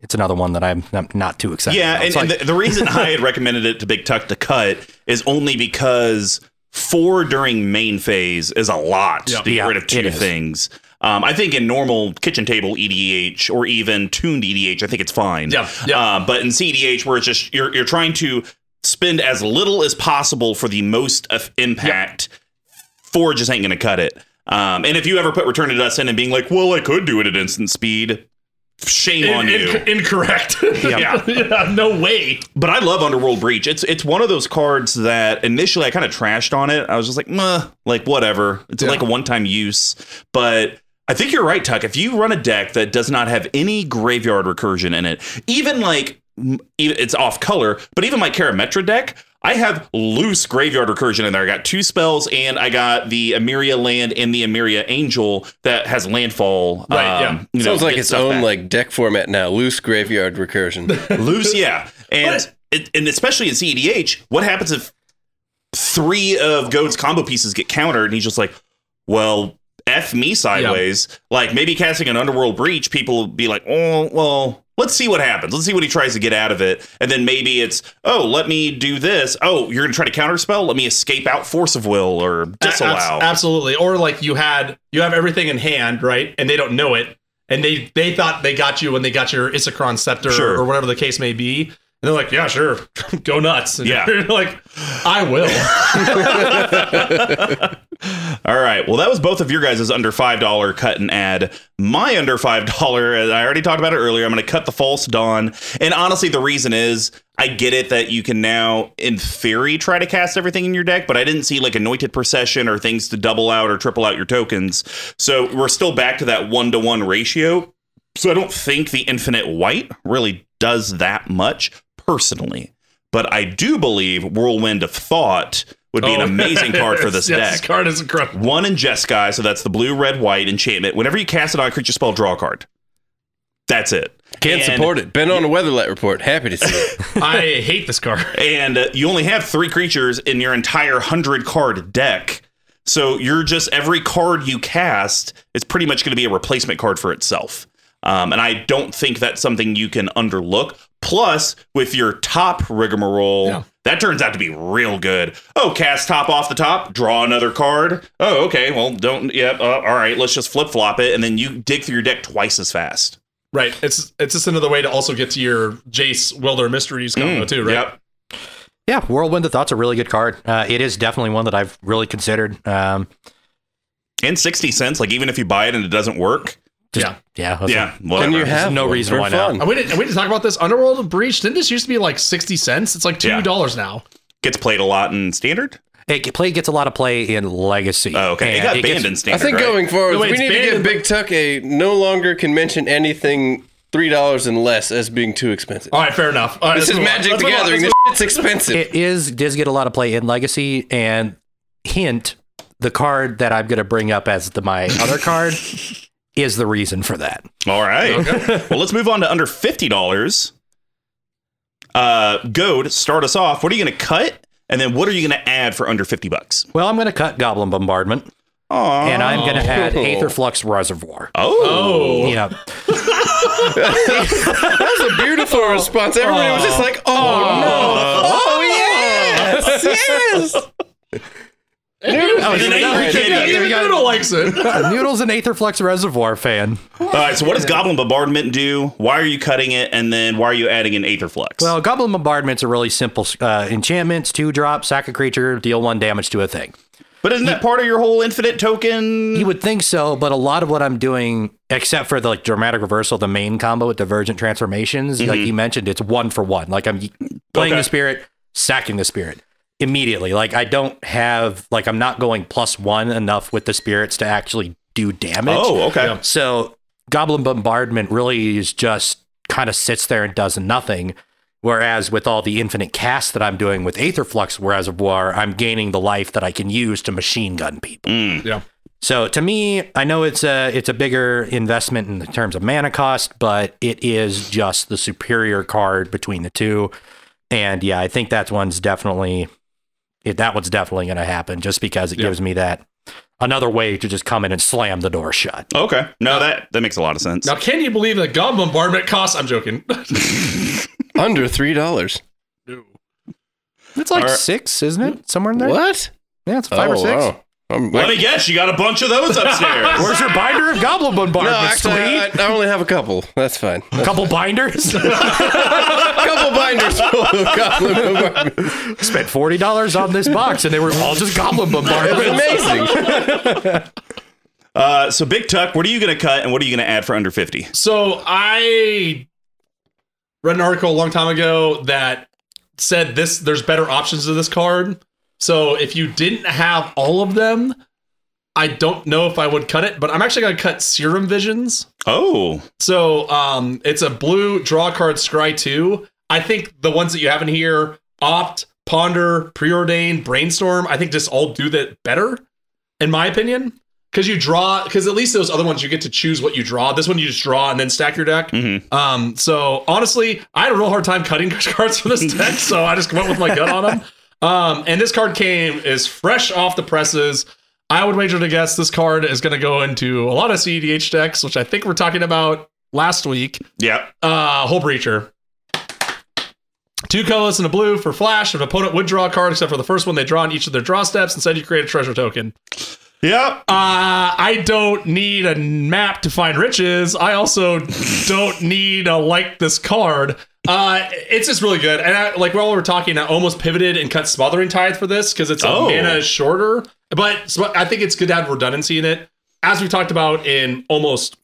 it's another one that I'm, I'm not too excited. Yeah, about. and, It's like- and the, the reason I had recommended it to Big Tuck to cut is only because four during main phase is a lot Yeah. to get Yeah, rid of it two is. things. Um, I think in normal kitchen table EDH or even tuned EDH, I think it's fine. Yeah, yeah. Uh, but in CDH, where it's just you're you're trying to spend as little as possible for the most of impact, four just ain't going to cut it. Um, and if you ever put Return to Dust in and being like, well, I could do it at instant speed, shame in- on in- you. incorrect? yeah. no way. But I love Underworld Breach. It's it's one of those cards that initially I kind of trashed on it. I was just like, Meh, like whatever. It's Yeah. like a one time use. But I think you're right, Tuck. If you run a deck that does not have any e, graveyard recursion in it, even like m- even- it's off color, but even my Karametra deck, I have loose graveyard recursion in there. I got two spells and I got the Emiria land and the Emiria angel that has landfall. um, Right, yeah. you know, Sounds like get its stuff own back. like deck format now. Loose graveyard recursion. loose. Yeah, and But- it, and especially in CEDH, what happens if three of Goad's combo pieces get countered, and he's just like, "Well, f me sideways." Like maybe casting an Underworld Breach, people will be like, "Oh, well." Let's see what happens. Let's see what he tries to get out of it. And then maybe it's, oh, let me do this. Oh, you're going to try to counterspell? Let me escape out Force of Will or Abs- Disallow. absolutely. Or like you had you have everything in hand, right? And they don't know it, and they they thought they got you when they got your Isochron scepter Sure. or whatever the case may be. And they're like, yeah, sure, go nuts. And Yeah. you're like, I will. All right. Well, that was both of your guys' under $5 cut and ad. My under $5, and I already talked about it earlier, I'm going to cut the false dawn. And honestly, the reason is I get it that you can now, in theory, try to cast everything in your deck, but I didn't see like anointed procession or things to double out or triple out your tokens. So we're still back to that one to one ratio. So I don't think the infinite white really does that much personally. But I do believe Whirlwind of Thought would be an Oh. amazing card for this Yes, deck. This card is incredible. One in Jeskai, so that's the blue, red, white enchantment. Whenever you cast it on a creature spell, draw a card. That's it. Can't And- support it. Been on a weatherlight report. Happy to see it. I hate this card. And uh, you only have three creatures in your entire 100 card deck. So you're just, every card you cast is pretty much going to be a replacement card for itself. Um, and I don't think that's something you can underlook. Plus, with your top rigmarole, Yeah. that turns out to be real good. Oh, cast top off the top, draw another card. Oh, okay. Well, don't. Yep. uh, all right. Let's just flip flop it, and then you dig through your deck twice as fast. Right. It's it's just another way to also get to your Jace Wilder Mysteries Mm, combo Oh, too, right? Hmm, Yep. Yeah, Whirlwind of Thought's a really good card. Uh, it is definitely one that I've really considered. Um, And sixty cents. Like even if you buy it and it doesn't work. yeah. yeah, that's- Yeah. Whatever. and you have no one reason for why not. fun. And we didn't, we didn't talk about this Underworld of Breach. Didn't this used to be like sixty cents? It's like Yeah. two dollars now. Gets played a lot in standard. It get- play gets a lot of play in Legacy. Oh, okay. it And got banned gets- in I standard. think right? going forward, No, wait, we it's need to banned, give Big Tuck a no longer can mention anything three dollars and less as being too expensive. All right, fair enough. All right, this let's is move on. Magic Let's the move on. Gathering. Let's This shit's expensive. it is does get a lot of play in Legacy and hint the card that I'm going to bring up as the my other card is the reason for that. All right. well, let's move on to under fifty dollars. Uh, Goad, start us off. What are you going to cut? And then what are you going to add for under fifty bucks? Well, I'm going to cut Goblin Bombardment Aw. and I'm going to add Oh. Aether Flux Reservoir. oh. Oh. Yeah. That was a beautiful response. Everybody was just like, "Oh, no! Oh yes, yes!" move on. An angry kid. Yeah, Even Noodle likes it. Noodles and Aether Flux Reservoir fan. All right. So what does Goblin Bombardment do? Why are you cutting it? And then why are you adding an Aether Flux? Well, Goblin Bombardment's a really simple uh, enchantments, two drop, sack a creature, deal one damage to a thing. but isn't that part of your whole infinite token? You would think so, but a lot of what I'm doing, except for the like dramatic reversal, the main combo with divergent transformations, like you mentioned, it's one for one. Like I'm playing Mm-hmm. Okay. the spirit, sacking the spirit immediately. Like I don't have like I'm not going plus one enough with the spirits to actually do damage. oh, okay. So Goblin Bombardment really is just kind of sits there and does nothing. Whereas with all the infinite casts that I'm doing with Aether Flux Reservoir, I'm gaining the life that I can use to machine gun people. Mm. Yeah. So to me, I know it's a it's a bigger investment in the terms of mana cost, but it is just the superior card between the two. And yeah, I think that one's definitely it, that one's definitely going to happen just because it gives me that another way to just come in and slam the door shut. Okay. No, that that makes a lot of sense. Now, can you believe that God bombardment costs? I'm joking. Under three dollars. It's like Or- six, isn't it? Somewhere in there. What? Oh, Yeah, it's Oh, five or six. I'm Let me guess, you got a bunch of those upstairs. Where's your binder of goblin no, bombardments? actually, I, I- I only have a couple. That's fine. a couple binders. A couple binders full of goblin bombardment. Spent forty dollars on this box, and they were all just goblin It was bombardments. amazing. uh, so Big Tuck, what are you going to cut and what are you going to add for under 50? So I read an article a long time ago that said this there's better options to this card. So if you didn't have all of them, I don't know if I would cut it, but I'm actually gonna cut Serum Visions. Oh, So um it's a blue draw card scry two. I think the ones that you have in here opt Ponder, Preordain, Brainstorm, I think just all do that better, in my opinion. Because you draw, because at least those other ones you get to choose what you draw. This one you just draw and then stack your deck. Um, so honestly, I had a real hard time cutting cards for this deck, so I just went with my gut on them. Um, and this card came is fresh off the presses. I would wager to guess this card is going to go into a lot of CEDH decks, which I think we're talking about last week. Yeah. Uh, Hole Breacher. Two colors and a blue for flash. If an opponent would draw a card except for the first one they draw on each of their draw steps, instead you create a treasure token. Yeah. Uh, I don't need a map to find riches. I also don't need a like this card. Uh, it's just really good. And I, like while we were talking, I almost pivoted and cut Smothering Tithe for this because it's a Oh. mana shorter. But sm- I think it's good to have redundancy in it. As we talked about in almost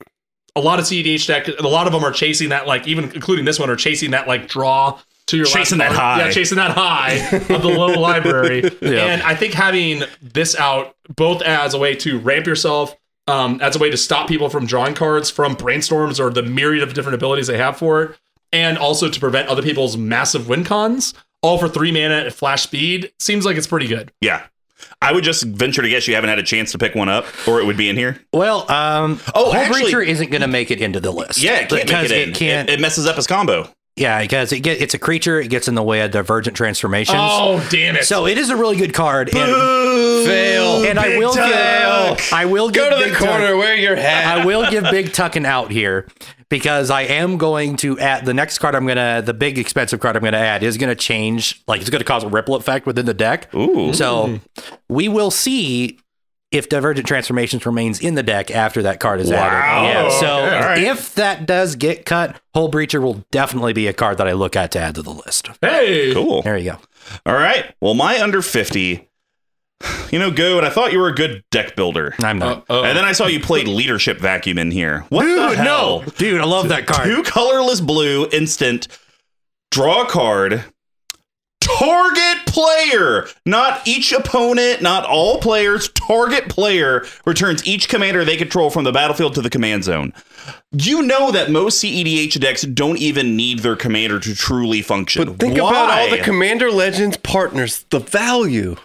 a lot of CEDH deck, a lot of them are chasing that like even including this one are chasing that like draw to your Chasing last that card. high. Yeah, chasing that high of the low library. And I think having this out both as a way to ramp yourself, um, as a way to stop people from drawing cards from brainstorms or the myriad of different abilities they have for it, and also to prevent other people's massive win cons, all for three mana at flash speed, seems like it's pretty good. Yeah. I would just venture to guess you haven't had a chance to pick one up, or it would be in here. Well, um, Oh, Hole actually- Breacher isn't going to make it into the list. Yeah, it can't because make it in. It, can't. it messes up his combo. yeah, because it get, it's a creature. It gets in the way of divergent transformations. Oh, damn it. So it is a really good card. And, Fail. and I will give. I will Go give to Big the Tuck- corner. Wear your hat. I will give Big Tuck an out here because I am going to add the next card I'm gonna the big expensive card I'm gonna add is gonna change like it's gonna cause a ripple effect within the deck. Ooh. So we will see if Divergent Transformations remains in the deck after that card is Wow. added. Yeah. So Okay, all right. if that does get cut, Hole Breacher will definitely be a card that I look at to add to the list. hey. Cool. There you go. All right. Well, my under 50. You know, Goad, I thought you were a good deck builder. I'm not. And then I saw you played Leadership Vacuum in here. What the hell? no, dude, I love that card. Two colorless blue instant. Draw a card. Target player, not each opponent, not all players. Target player returns each commander they control from the battlefield to the command zone. You know that most CEDH decks don't even need their commander to truly function. But think Why? about all the Commander Legends partners. The value.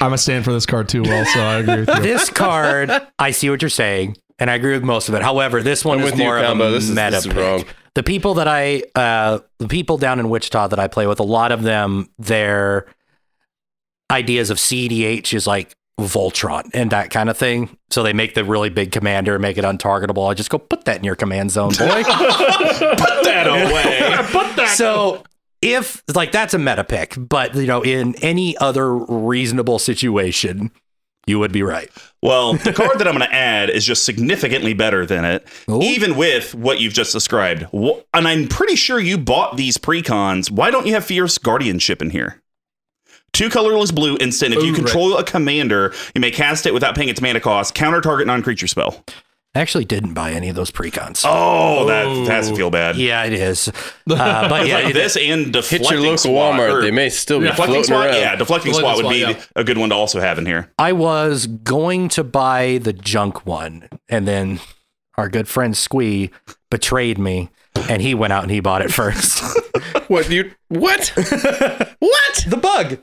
I'm a stand for this card too well, so I agree with you. this card, I see what you're saying, and I agree with most of it. However, this one I'm is with you, more of a Combo. This is- meta this is pick. wrong. The people that I, uh, the people down in Wichita that I play with, a lot of them, their ideas of CDH is like Voltron and that kind of thing. So they make the really big commander, make it untargetable. I just go put that in your command zone, boy. Put that away. Put that. so if like that's a meta pick, but you know, in any other reasonable situation, you would be right. well, the card that I'm going to add is just significantly better than it, Ooh. even with what you've just described. Wh- And I'm pretty sure you bought these precons. Why don't you have Fierce Guardianship in here? Two colorless blue instant. If Ooh, you right. control a commander, you may cast it without paying its mana cost. Counter target non creature spell. I actually didn't buy any of those precons. Oh, Ooh. that has to feel bad. Yeah, it is. Uh, but yeah, Like it- this and Hit deflecting your local Spot, or- Walmart. They may still be floating deflecting spot. around. Yeah, deflecting, Deflecting spot would Spot, be yeah. a good one to also have in here. I was going to buy the junk one, and then our good friend Squee betrayed me, and he went out and he bought it first. What you? What? what? the bug.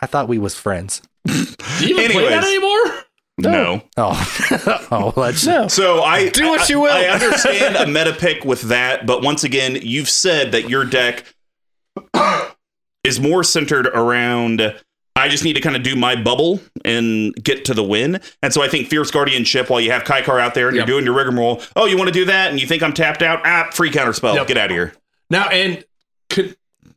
I thought we was friends. Do you even play that Anyways. anymore? no. Oh, oh, let's So I Do what I- you will. I understand a meta pick with that, but once again, you've said that your deck is more centered around. I just need to kind of do my bubble and get to the win. And so I think Fierce Guardianship, while you have Kaikar out there and Yep. you're doing your rigmarole, oh, you want to do that? And you think I'm tapped out? Ah, free counterspell. Yep. Get out of here. Now, and con-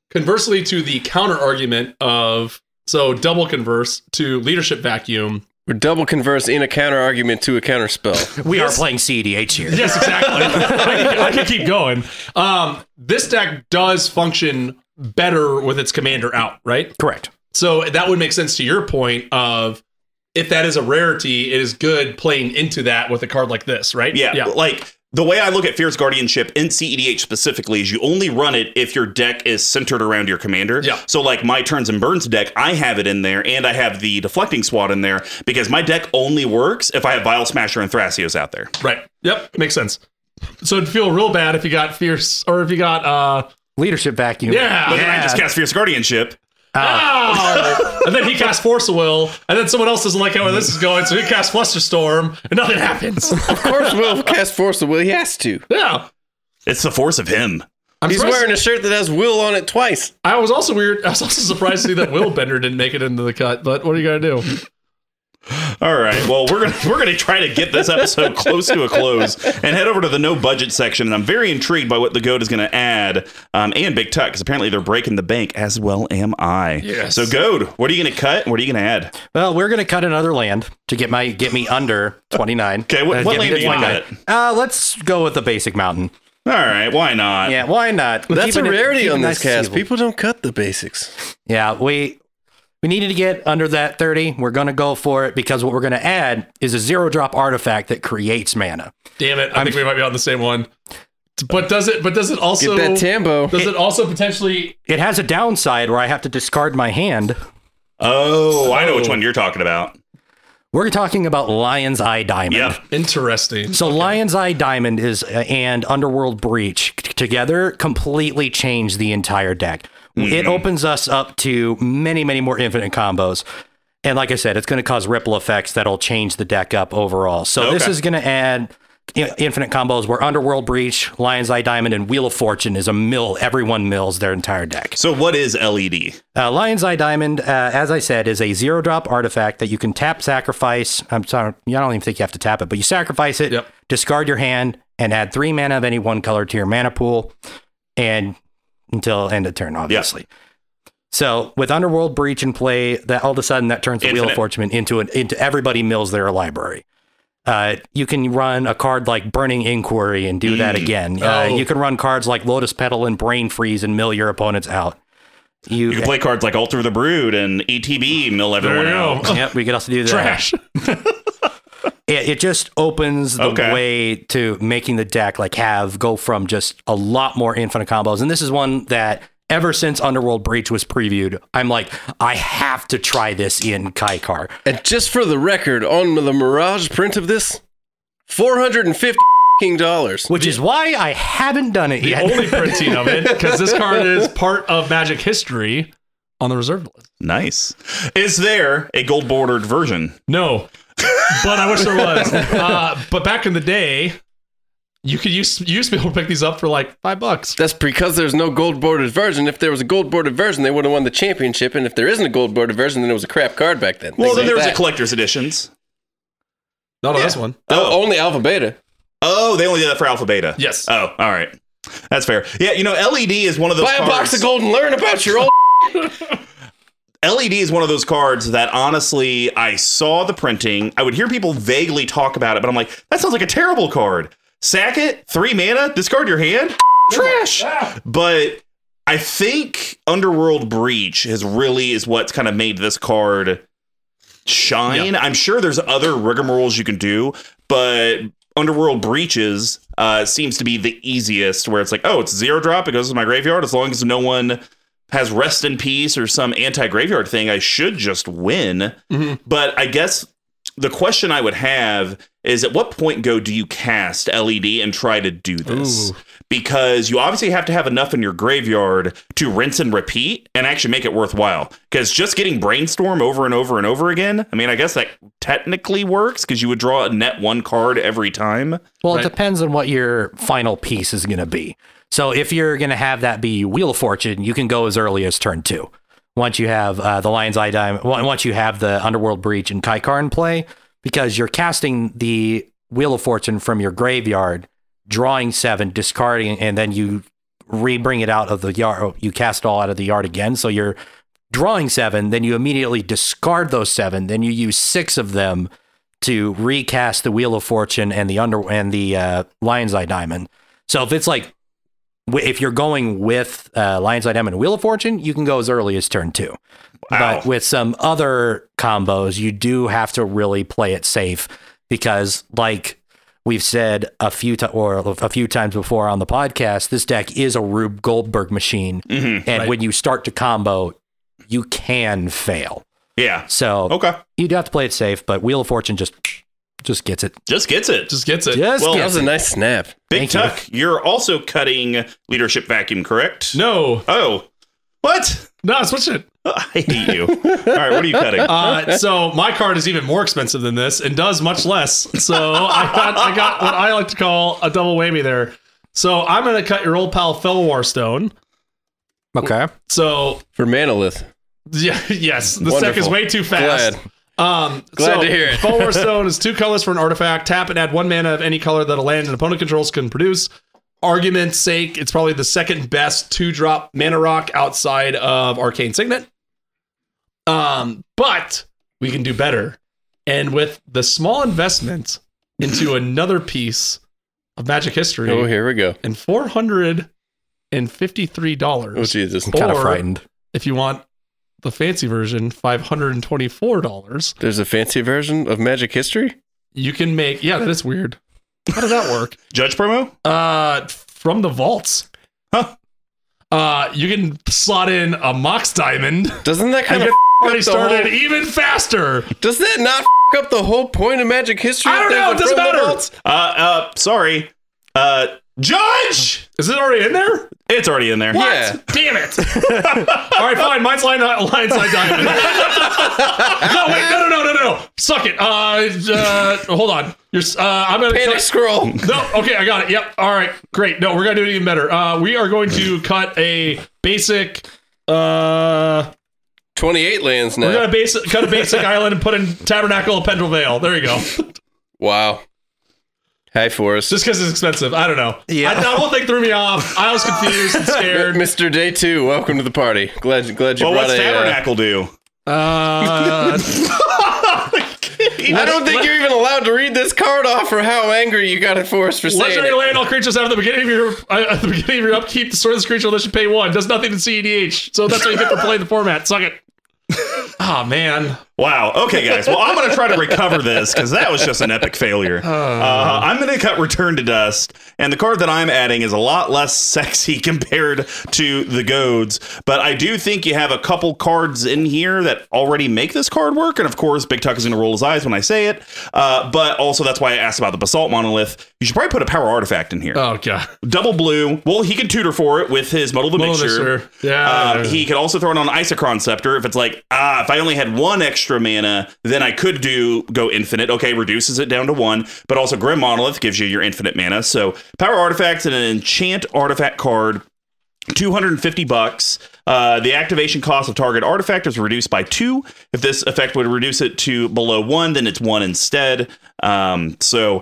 conversely to the counter argument of so double converse to leadership vacuum. We're double converse in a counter argument to a counter spell. we are playing CEDH here. Yes, exactly. I, can, I can keep going. Um, this deck does function better with its commander out, right? Correct. So that would make sense to your point of if that is a rarity, it is good playing into that with a card like this, right? Yeah, yeah. Like the way I look at Fierce Guardianship in CEDH specifically is you only run it if your deck is centered around your commander. Yeah. So like my turns and burns deck, I have it in there and I have the deflecting swat in there because my deck only works if I have Vile Smasher and Thrasios out there. Right. Yep. Makes sense. So it'd feel real bad if you got fierce or if you got uh Leadership vacuum. Yeah. But then I just cast Fierce Guardianship. Ah! and then he casts Force of Will, and then someone else doesn't like how this is going, so he casts Flusterstorm, and nothing happens. Of course, Will cast Force of Will. He has to. yeah. It's the force of him. I'm He's surprised- wearing a shirt that has Will on it twice. I was also weird. I was also surprised to see that Will Bender didn't make it into the cut, but what are you going to do? All right. Well, we're gonna we're gonna try to get this episode close to a close and head over to the no budget section. And I'm very intrigued by what the goat is gonna add, um, and Big Tuck because apparently they're breaking the bank as well. Am I? Yes. So goat, what are you gonna cut? and What are you gonna add? Well, we're gonna cut another land to get my get me under twenty nine. Okay, what- what land do you want Uh, let's go with the basic mountain. All right. Why not? Yeah, why not? That's Keeping a it- rarity keeping on it this nice and cast. stable. People don't cut the basics. Yeah, we we needed to get under that 30. We're going to go for it because what we're going to add is a zero drop artifact that creates mana. Damn it! I think we might be on the same one. But does it? But does it Get also? that Tambo. does it also potentially? It has a downside where I have to discard my hand. Oh, I know which one you're talking about. We're talking about Lion's Eye Diamond. Yep. Interesting. So Lion's Eye Diamond is uh, and Underworld Breach t- together completely change the entire deck. It opens us up to many, many more infinite combos. And like I said, it's going to cause ripple effects that'll change the deck up overall. So this Okay. is going to add you know, infinite combos where Underworld Breach, Lion's Eye Diamond, and Wheel of Fortune is a mill. Everyone mills their entire deck. So what is E LED? Uh, Lion's Eye Diamond, uh, as I said, is a zero drop artifact that you can tap, sacrifice. I'm sorry, I don't even think you have to tap it, but you sacrifice it, Yep. discard your hand, and add three mana of any one color to your mana pool, and until end of turn, obviously. So with Underworld Breach in play, that all of a sudden that turns the Wheel Infinite. of Fortune into an into everybody mills their library. Uh, you can run a card like Burning Inquiry and do Mm. that again. Uh, Oh. You can run cards like Lotus Petal and Brain Freeze and mill your opponents out. You can play cards like Altar of the Brood and ETB mill everyone you out. go. Yep, we could also do that. Trash. It, it just opens the Okay. way to making the deck like have go from just a lot more infinite combos. And this is one that ever since Underworld Breach was previewed, I'm like, I have to try this in Kaikar. And just for the record, on the Mirage print of this, four hundred and fifty dollars. Which is why I haven't done it The yet. only printing of it because this card is part of Magic history on the reserved list. Nice. Is there a gold bordered version? No, but I wish there was. Uh, but back in the day, you could use you used to be able to pick these up for like five bucks. That's because there's no gold bordered version. If there was a gold bordered version, they would have won the championship. And if there isn't a gold bordered version, then it was a crap card back then. Well, Things like then there was a that. collector's editions. Not on this one. Oh, only Alpha Beta. Oh, they only did that for Alpha Beta. Yes. Uh, Oh, all right. That's fair. Yeah, you know, LED is one of those. Buy a cards, box of gold and learn about your old. LED E is one of those cards that honestly, I saw the printing. I would hear people vaguely talk about it, but I'm like, that sounds like a terrible card. Sack it, three mana, discard your hand, trash. But I think Underworld Breach is really is what's kind of made this card shine. I'm sure there's other rigmaroles you can do, but Underworld Breaches uh, seems to be the easiest. Where it's like, oh, it's zero drop. It goes to my graveyard as long as no one has rest in peace or some anti graveyard thing. I should just win. But I guess the question I would have is at what point go do you cast LED and try to do this? Ooh. Because you obviously have to have enough in your graveyard to rinse and repeat and actually make it worthwhile. Because just getting brainstorm over and over and over again, I mean, I guess that technically works because you would draw a net one card every time. Well, it depends on what your final piece is going to be. So if you're going to have that be Wheel of Fortune, you can go as early as turn two. Once you have uh, the Lion's Eye Diamond, well, once you have the Underworld Breach and Kaikar in play, because you're casting the Wheel of Fortune from your graveyard, drawing seven, discarding, and then you re-bring it out of the yard. oh, You cast it all out of the yard again, so you're drawing seven. Then you immediately discard those seven. Then you use six of them to recast the Wheel of Fortune and the under and the uh, Lion's Eye Diamond. So if it's like wi- if you're going with uh, Lion's Eye Diamond and Wheel of Fortune, you can go as early as turn two. Wow. But with some other combos, you do have to really play it safe because, like we've said a few ti or a few times before on the podcast, this deck is a Rube Goldberg machine, Mhm. and Right. when you start to combo, you can fail. Yeah. So Okay. you'd have to play it safe, but Wheel of Fortune just Just gets it. Just gets it. Just gets it. Just Well- That gets was it. a nice snap. Big Thank you. Tuck, you. are also cutting leadership vacuum, correct? No, Oh, what? no, switch it. I hate you. All right, what are you cutting? Uh, so my card is even more expensive than this and does much less. So I got I got what I like to call a double whammy there. So I'm gonna cut your old pal Felwar Stone. Okay. So For Manolith. yeah, yes, the Wonderful. sec is way too fast. Glad. Um, Glad so to hear it. Felwar Stone is two colors for an artifact. Tap and add one mana of any color that a land and opponent controls can produce. Argument's sake, it's probably the second best two drop mana rock outside of Arcane Signet. Um, but we can do better. And with the small investment into another piece of magic history Oh, here we go. and four hundred and fifty-three Oh, dollars. Jesus. I'm kind of Or- frightened. if you want the fancy version, five hundred and twenty-four dollars. There's a fancy version of Magic History? you can make yeah that is weird how did that work Judge promo? uh from the vaults Huh. uh you can slot in a mox diamond Doesn't that and kind get of already up the started whole- even faster does that not f- up the whole point of Magic History? I don't if there's know, a it doesn't promo matter. vault? Uh, uh, sorry. Uh, Judge! is it already in there It's already in there. Yeah. damn it all right fine mine's line line side diamond no wait no no no no no suck it uh, uh hold on you're s- uh i'm gonna Panic scroll. No, okay, I got it. Yep. All right, great. No, we're gonna do it even better. Uh, we are going to cut a basic. Uh, 28 lands we're now. gonna basic cut a basic island and put in Tabernacle of Pendle Vale. There you go. Wow. Hi, Forrest. Just because it's expensive, I don't know. Yeah, I, that whole thing threw me off. I was confused and scared. Mr. Day 2, welcome to the party. Glad, glad you Well, brought what's a... uh, Tabernacle do? Uh, uh, I don't think you're even allowed to read this card off or how angry you got at Forrest for saying legendary it. land all creatures have at the beginning of your uh, at the beginning of your upkeep. Destroy this creature unless you pay one. Does nothing to CEDH. So that's what you get for playing the format. Suck it. Oh man. Wow. Okay, guys. Well, I'm going to try to recover this because that was just an epic failure. Uh, I'm going to cut Return to Dust, and the card that I'm adding is a lot less sexy compared to the Goads, but I do think you have a couple cards in here that already make this card work. And of course, Big Tuck is going to roll his eyes when I say it. Uh, but also, that's why I asked about the Basalt Monolith. You should probably put a Power Artifact in here. Oh god. Double blue. Well, he can tutor for it with his Muddle the Muddle the Mixture. Mixture. Yeah. Um, he could also throw it on an Isochron Scepter if it's like, ah, if I only had one extra mana, then I could do go infinite. Okay, reduces it down to one. But also Grim Monolith gives you your infinite mana. So power artifacts and an enchant artifact card. 250 bucks. Uh, the activation cost of target artifact is reduced by two. If this effect would reduce it to below one, then it's one instead. Um, so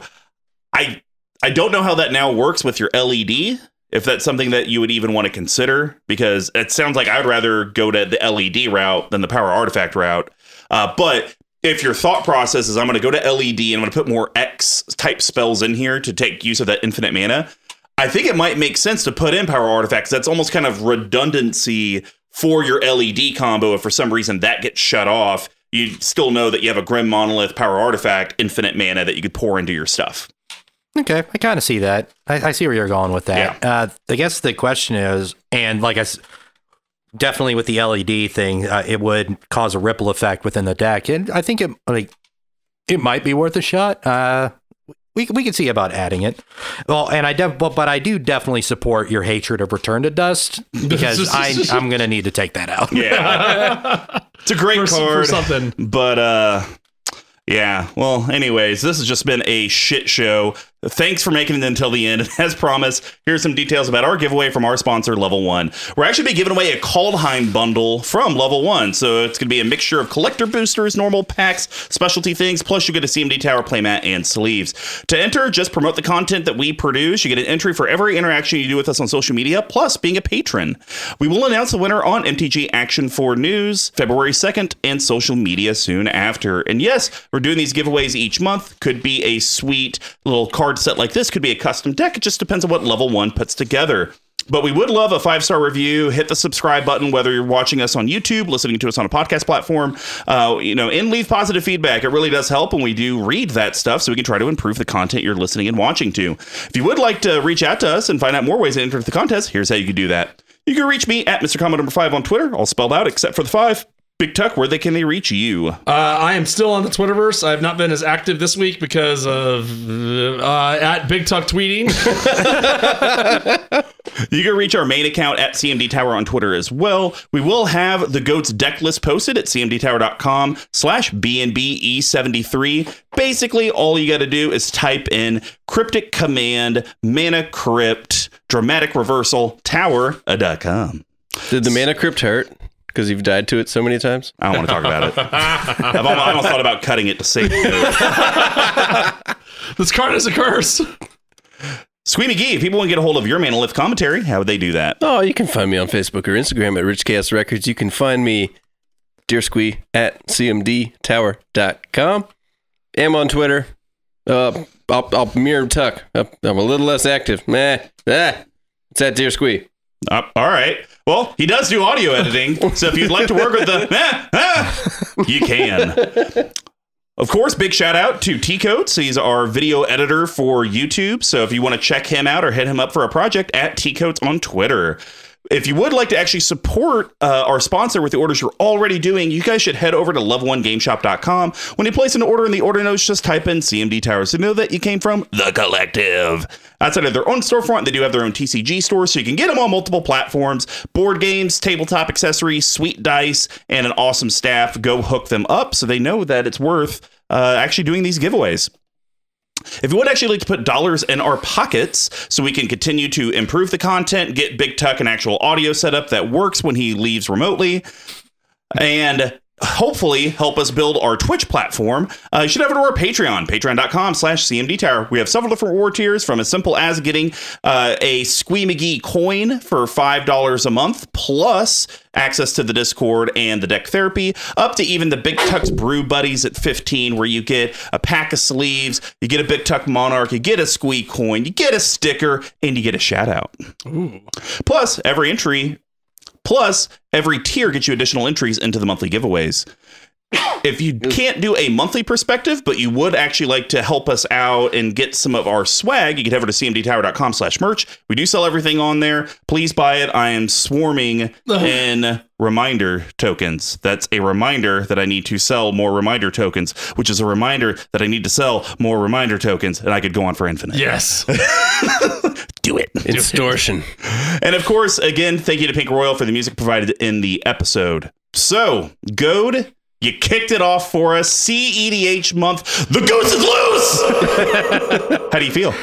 I I don't know how that now works with your LED. If that's something that you would even want to consider, because it sounds like I'd rather go to the LED route than the power artifact route. Uh, but if your thought process is I'm going to go to LED and I'm going to put more X type spells in here to take use of that infinite mana, I think it might make sense to put in power artifacts. That's almost kind of redundancy for your LED combo. If for some reason that gets shut off, you still know that you have a Grim Monolith power artifact, infinite mana that you could pour into your stuff. Okay, I kind of see that. I, I see where you're going with that. Uh, I guess the question is, and like I s- definitely with the LED thing, uh, it would cause a ripple effect within the deck, and I think it like it might be worth a shot. Uh, we we could see about adding it. Well, and I def- but, but I do definitely support your hatred of Return to Dust because I I'm gonna need to take that out. Yeah. it's a great For, for card. something. But uh yeah, well, anyways, this has just been a shit show. Thanks for making it until the end. And as promised, here's some details about our giveaway from our sponsor, Level One. We're actually be giving away a Kaldheim bundle from Level One. So it's going to be a mixture of collector boosters, normal packs, specialty things, plus you get a CMD tower playmat and sleeves. To enter, just promote the content that we produce. You get an entry for every interaction you do with us on social media, plus being a patron. We will announce the winner on MTG Action 4 News February 2nd and social media soon after. And yes, we're doing these giveaways each month. Could be a sweet little card set like this, could be a custom deck. It just depends on what level one puts together. But we would love a five star review. Hit the subscribe button, whether you're watching us on YouTube, listening to us on a podcast platform, uh, you know, and leave positive feedback. It really does help when we do read that stuff so we can try to improve the content you're listening and watching to. If you would like to reach out to us and find out more ways to enter the contest, here's how you can do that. You can reach me at Mr. Combo number five on Twitter, all spelled out except for the five. Big Tuck, where they can they reach you? Uh, I am still on the Twitterverse. I have not been as active this week because of uh, at Big Tuck tweeting. You can reach our main account at CMD Tower on Twitter as well. We will have the GOAT's deck list posted at cmdtower.com slash BNBE73. E Basically, all you got to do is type in cryptic command, mana crypt, dramatic reversal, tower, uh, dot com. Did the mana crypt hurt? Because you've died to it so many times. I don't want to talk about it. I've almost, I almost thought about cutting it to save the goat. this card is a curse. Squee McGee, if people want to get a hold of your Mana Lift commentary, how would they do that? Oh, you can find me on Facebook or Instagram at Rich Chaos Records. You can find me, Dear Squee, at cmdtower.com. Am on Twitter. Uh, I'll, I'll mirror Tuck. I'm I'm a little less active. Meh. Ah, it's at Dear Squee. Uh, all right. Well, he does do audio editing, so if you'd like to work with the, eh, eh, you can. Of course, big shout out to T Coats. He's our video editor for YouTube. So if you want to check him out or hit him up for a project, at T Coats on Twitter. If you would like to actually support uh, our sponsor with the orders you're already doing, you guys should head over to love1gameshop.com. When you place an order in the order notes, just type in CMD Towers to know that you came from The Collective. Outside of their own storefront, they do have their own TCG store, so you can get them on multiple platforms board games, tabletop accessories, sweet dice, and an awesome staff. Go hook them up so they know that it's worth uh, actually doing these giveaways. If you would actually like to put dollars in our pockets so we can continue to improve the content, get Big Tuck an actual audio setup that works when he leaves remotely, and hopefully help us build our Twitch platform, uh, you should head over to our Patreon, patreon.com slash CMD Tower. We have several different war tiers from as simple as getting uh, a Squee McGee coin for $5 a month, plus access to the Discord and the deck therapy, up to even the Big Tuck's Brew Buddies at 15, where you get a pack of sleeves, you get a Big Tuck Monarch, you get a Squee coin, you get a sticker, and you get a shout out. Plus, every entry Plus, every tier gets you additional entries into the monthly giveaways. If you can't do a monthly perspective, but you would actually like to help us out and get some of our swag, you can head over to cmdtower.com slash merch. We do sell everything on there. Please buy it. I am swarming in reminder tokens. That's a reminder that I need to sell more reminder tokens, which is a reminder that I need to sell more reminder tokens. And I could go on for infinite. Yes. Do it. Distortion. And of course, again, thank you to Pink Royal for the music provided in the episode. So, Goad, you kicked it off for us. CEDH month. The goose is loose. How do you feel?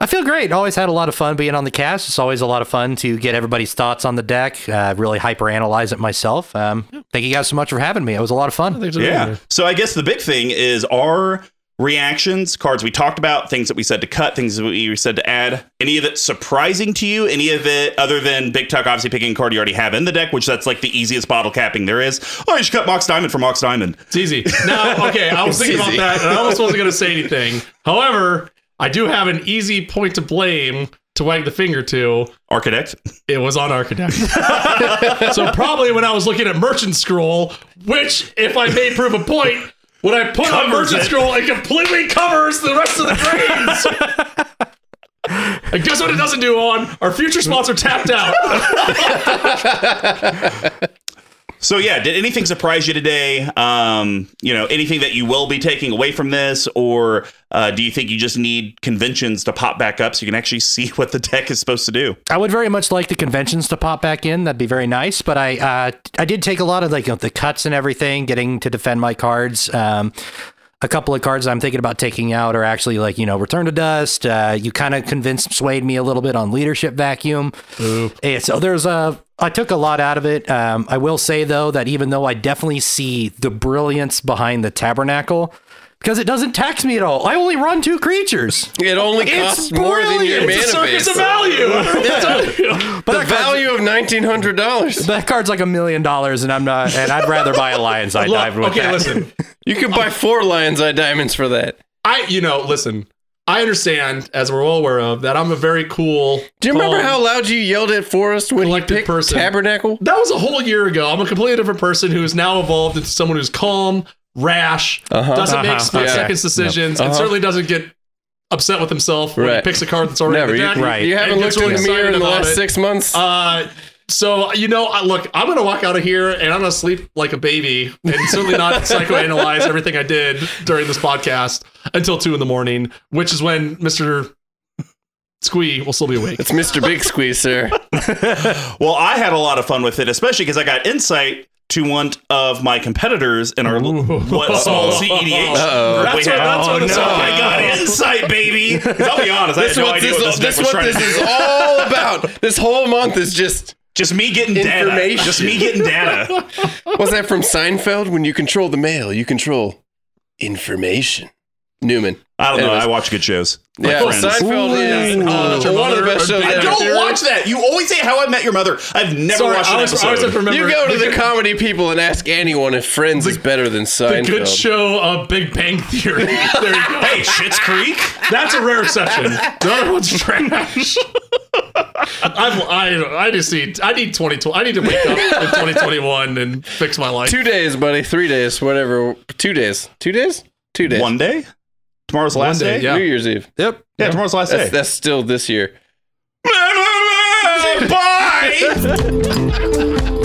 I feel great. Always had a lot of fun being on the cast. It's always a lot of fun to get everybody's thoughts on the deck. Uh, really hyperanalyze it myself. Um, Thank you guys so much for having me. It was a lot of fun. Yeah. So I guess the big thing is our reactions, cards we talked about, things that we said to cut, things that we said to add. Any of it surprising to you? Any of it other than Big Tuck obviously picking a card you already have in the deck, which that's like the easiest bottle capping there is. Oh, you should cut Mox Diamond for Mox Diamond. It's easy. Now, okay, I was thinking about easy. that, and I almost wasn't going to say anything. However, I do have an easy point to blame to wag the finger to. Architect. It was on Architect. so probably when I was looking at Merchant Scroll, which, if I may prove a point, when I put on Merchant Scroll, it completely covers the rest of the grades. And guess what it doesn't do on? Our future sponsor tapped out. So yeah, did anything surprise you today? Um, you know, anything that you will be taking away from this, or uh, do you think you just need conventions to pop back up so you can actually see what the deck is supposed to do? I would very much like the conventions to pop back in. That'd be very nice. But I, uh, I did take a lot of like you know, the cuts and everything, getting to defend my cards. Um, a couple of cards I'm thinking about taking out are actually like you know Return to Dust. Uh, you kind of convinced, swayed me a little bit on Leadership Vacuum. And so there's a. I took a lot out of it. Um, I will say though that even though I definitely see the brilliance behind the Tabernacle. Because it doesn't tax me at all. I only run two creatures. It only costs more than your It's mana a circus base. of value. But The that card's- value of nineteen hundred dollars. That card's like a million dollars, and I'm not. And I'd rather buy a lion's eye dive. With okay, that. listen. You could buy four lion's eye diamonds for that. I, you know, listen. I understand, as we're all aware of, that I'm a very cool. Do you remember calm- how loud you yelled at Forrest when he Collected picked person. Tabernacle? that was a whole year ago? I'm a completely different person who has now evolved into someone who's calm, rash, doesn't Uh-huh. make split Yeah. seconds decisions, and Uh-huh. certainly doesn't get upset with himself when he Right. picks a card that's already Never. in the You, deck. Right. you haven't And looked gets in really the mirror excited in the about last it. six months. Uh, So you know, I, look, I'm gonna walk out of here and I'm gonna sleep like a baby, and certainly not psychoanalyze everything I did during this podcast until two in the morning, which is when Mister Squee will still be awake. It's Mr. Big Squeeze, sir. Well, I had a lot of fun with it, especially because I got insight to one of my competitors in our l- what small CEDH. Uh-oh. That's That's what, what- that's what it's no. all- I got insight, baby. 'Cause I'll be honest, I had That's no what idea this, what this deck this, was what trying this to is all about. This whole month is just Just me getting data. Information. Just me getting data. was that from Seinfeld? When you control the mail, you control information. Newman. I don't know. Anyways. I watch good shows. My yeah, friends. Seinfeld is Ooh. uh, one of the best shows I I ever. don't watch that. You always say How I Met Your Mother. I've never Sorry, watched I an always, I always have to episode. remember. You go to the comedy people and ask anyone if Friends is better than the Seinfeld. good show of Big Bang Theory. There you go. Hey, Shit's Creek. That's a rare exception. The other one's trash. I'm, I I just need I need 2020. I need to wake up in 2021 and fix my life. Two days, buddy. Three days. Whatever. Two days. Two days. Two days. One day. Tomorrow's the last day, day. yeah. New Year's Eve. Yep. Yeah, tomorrow's the last That's, day. that's still this year. Bye.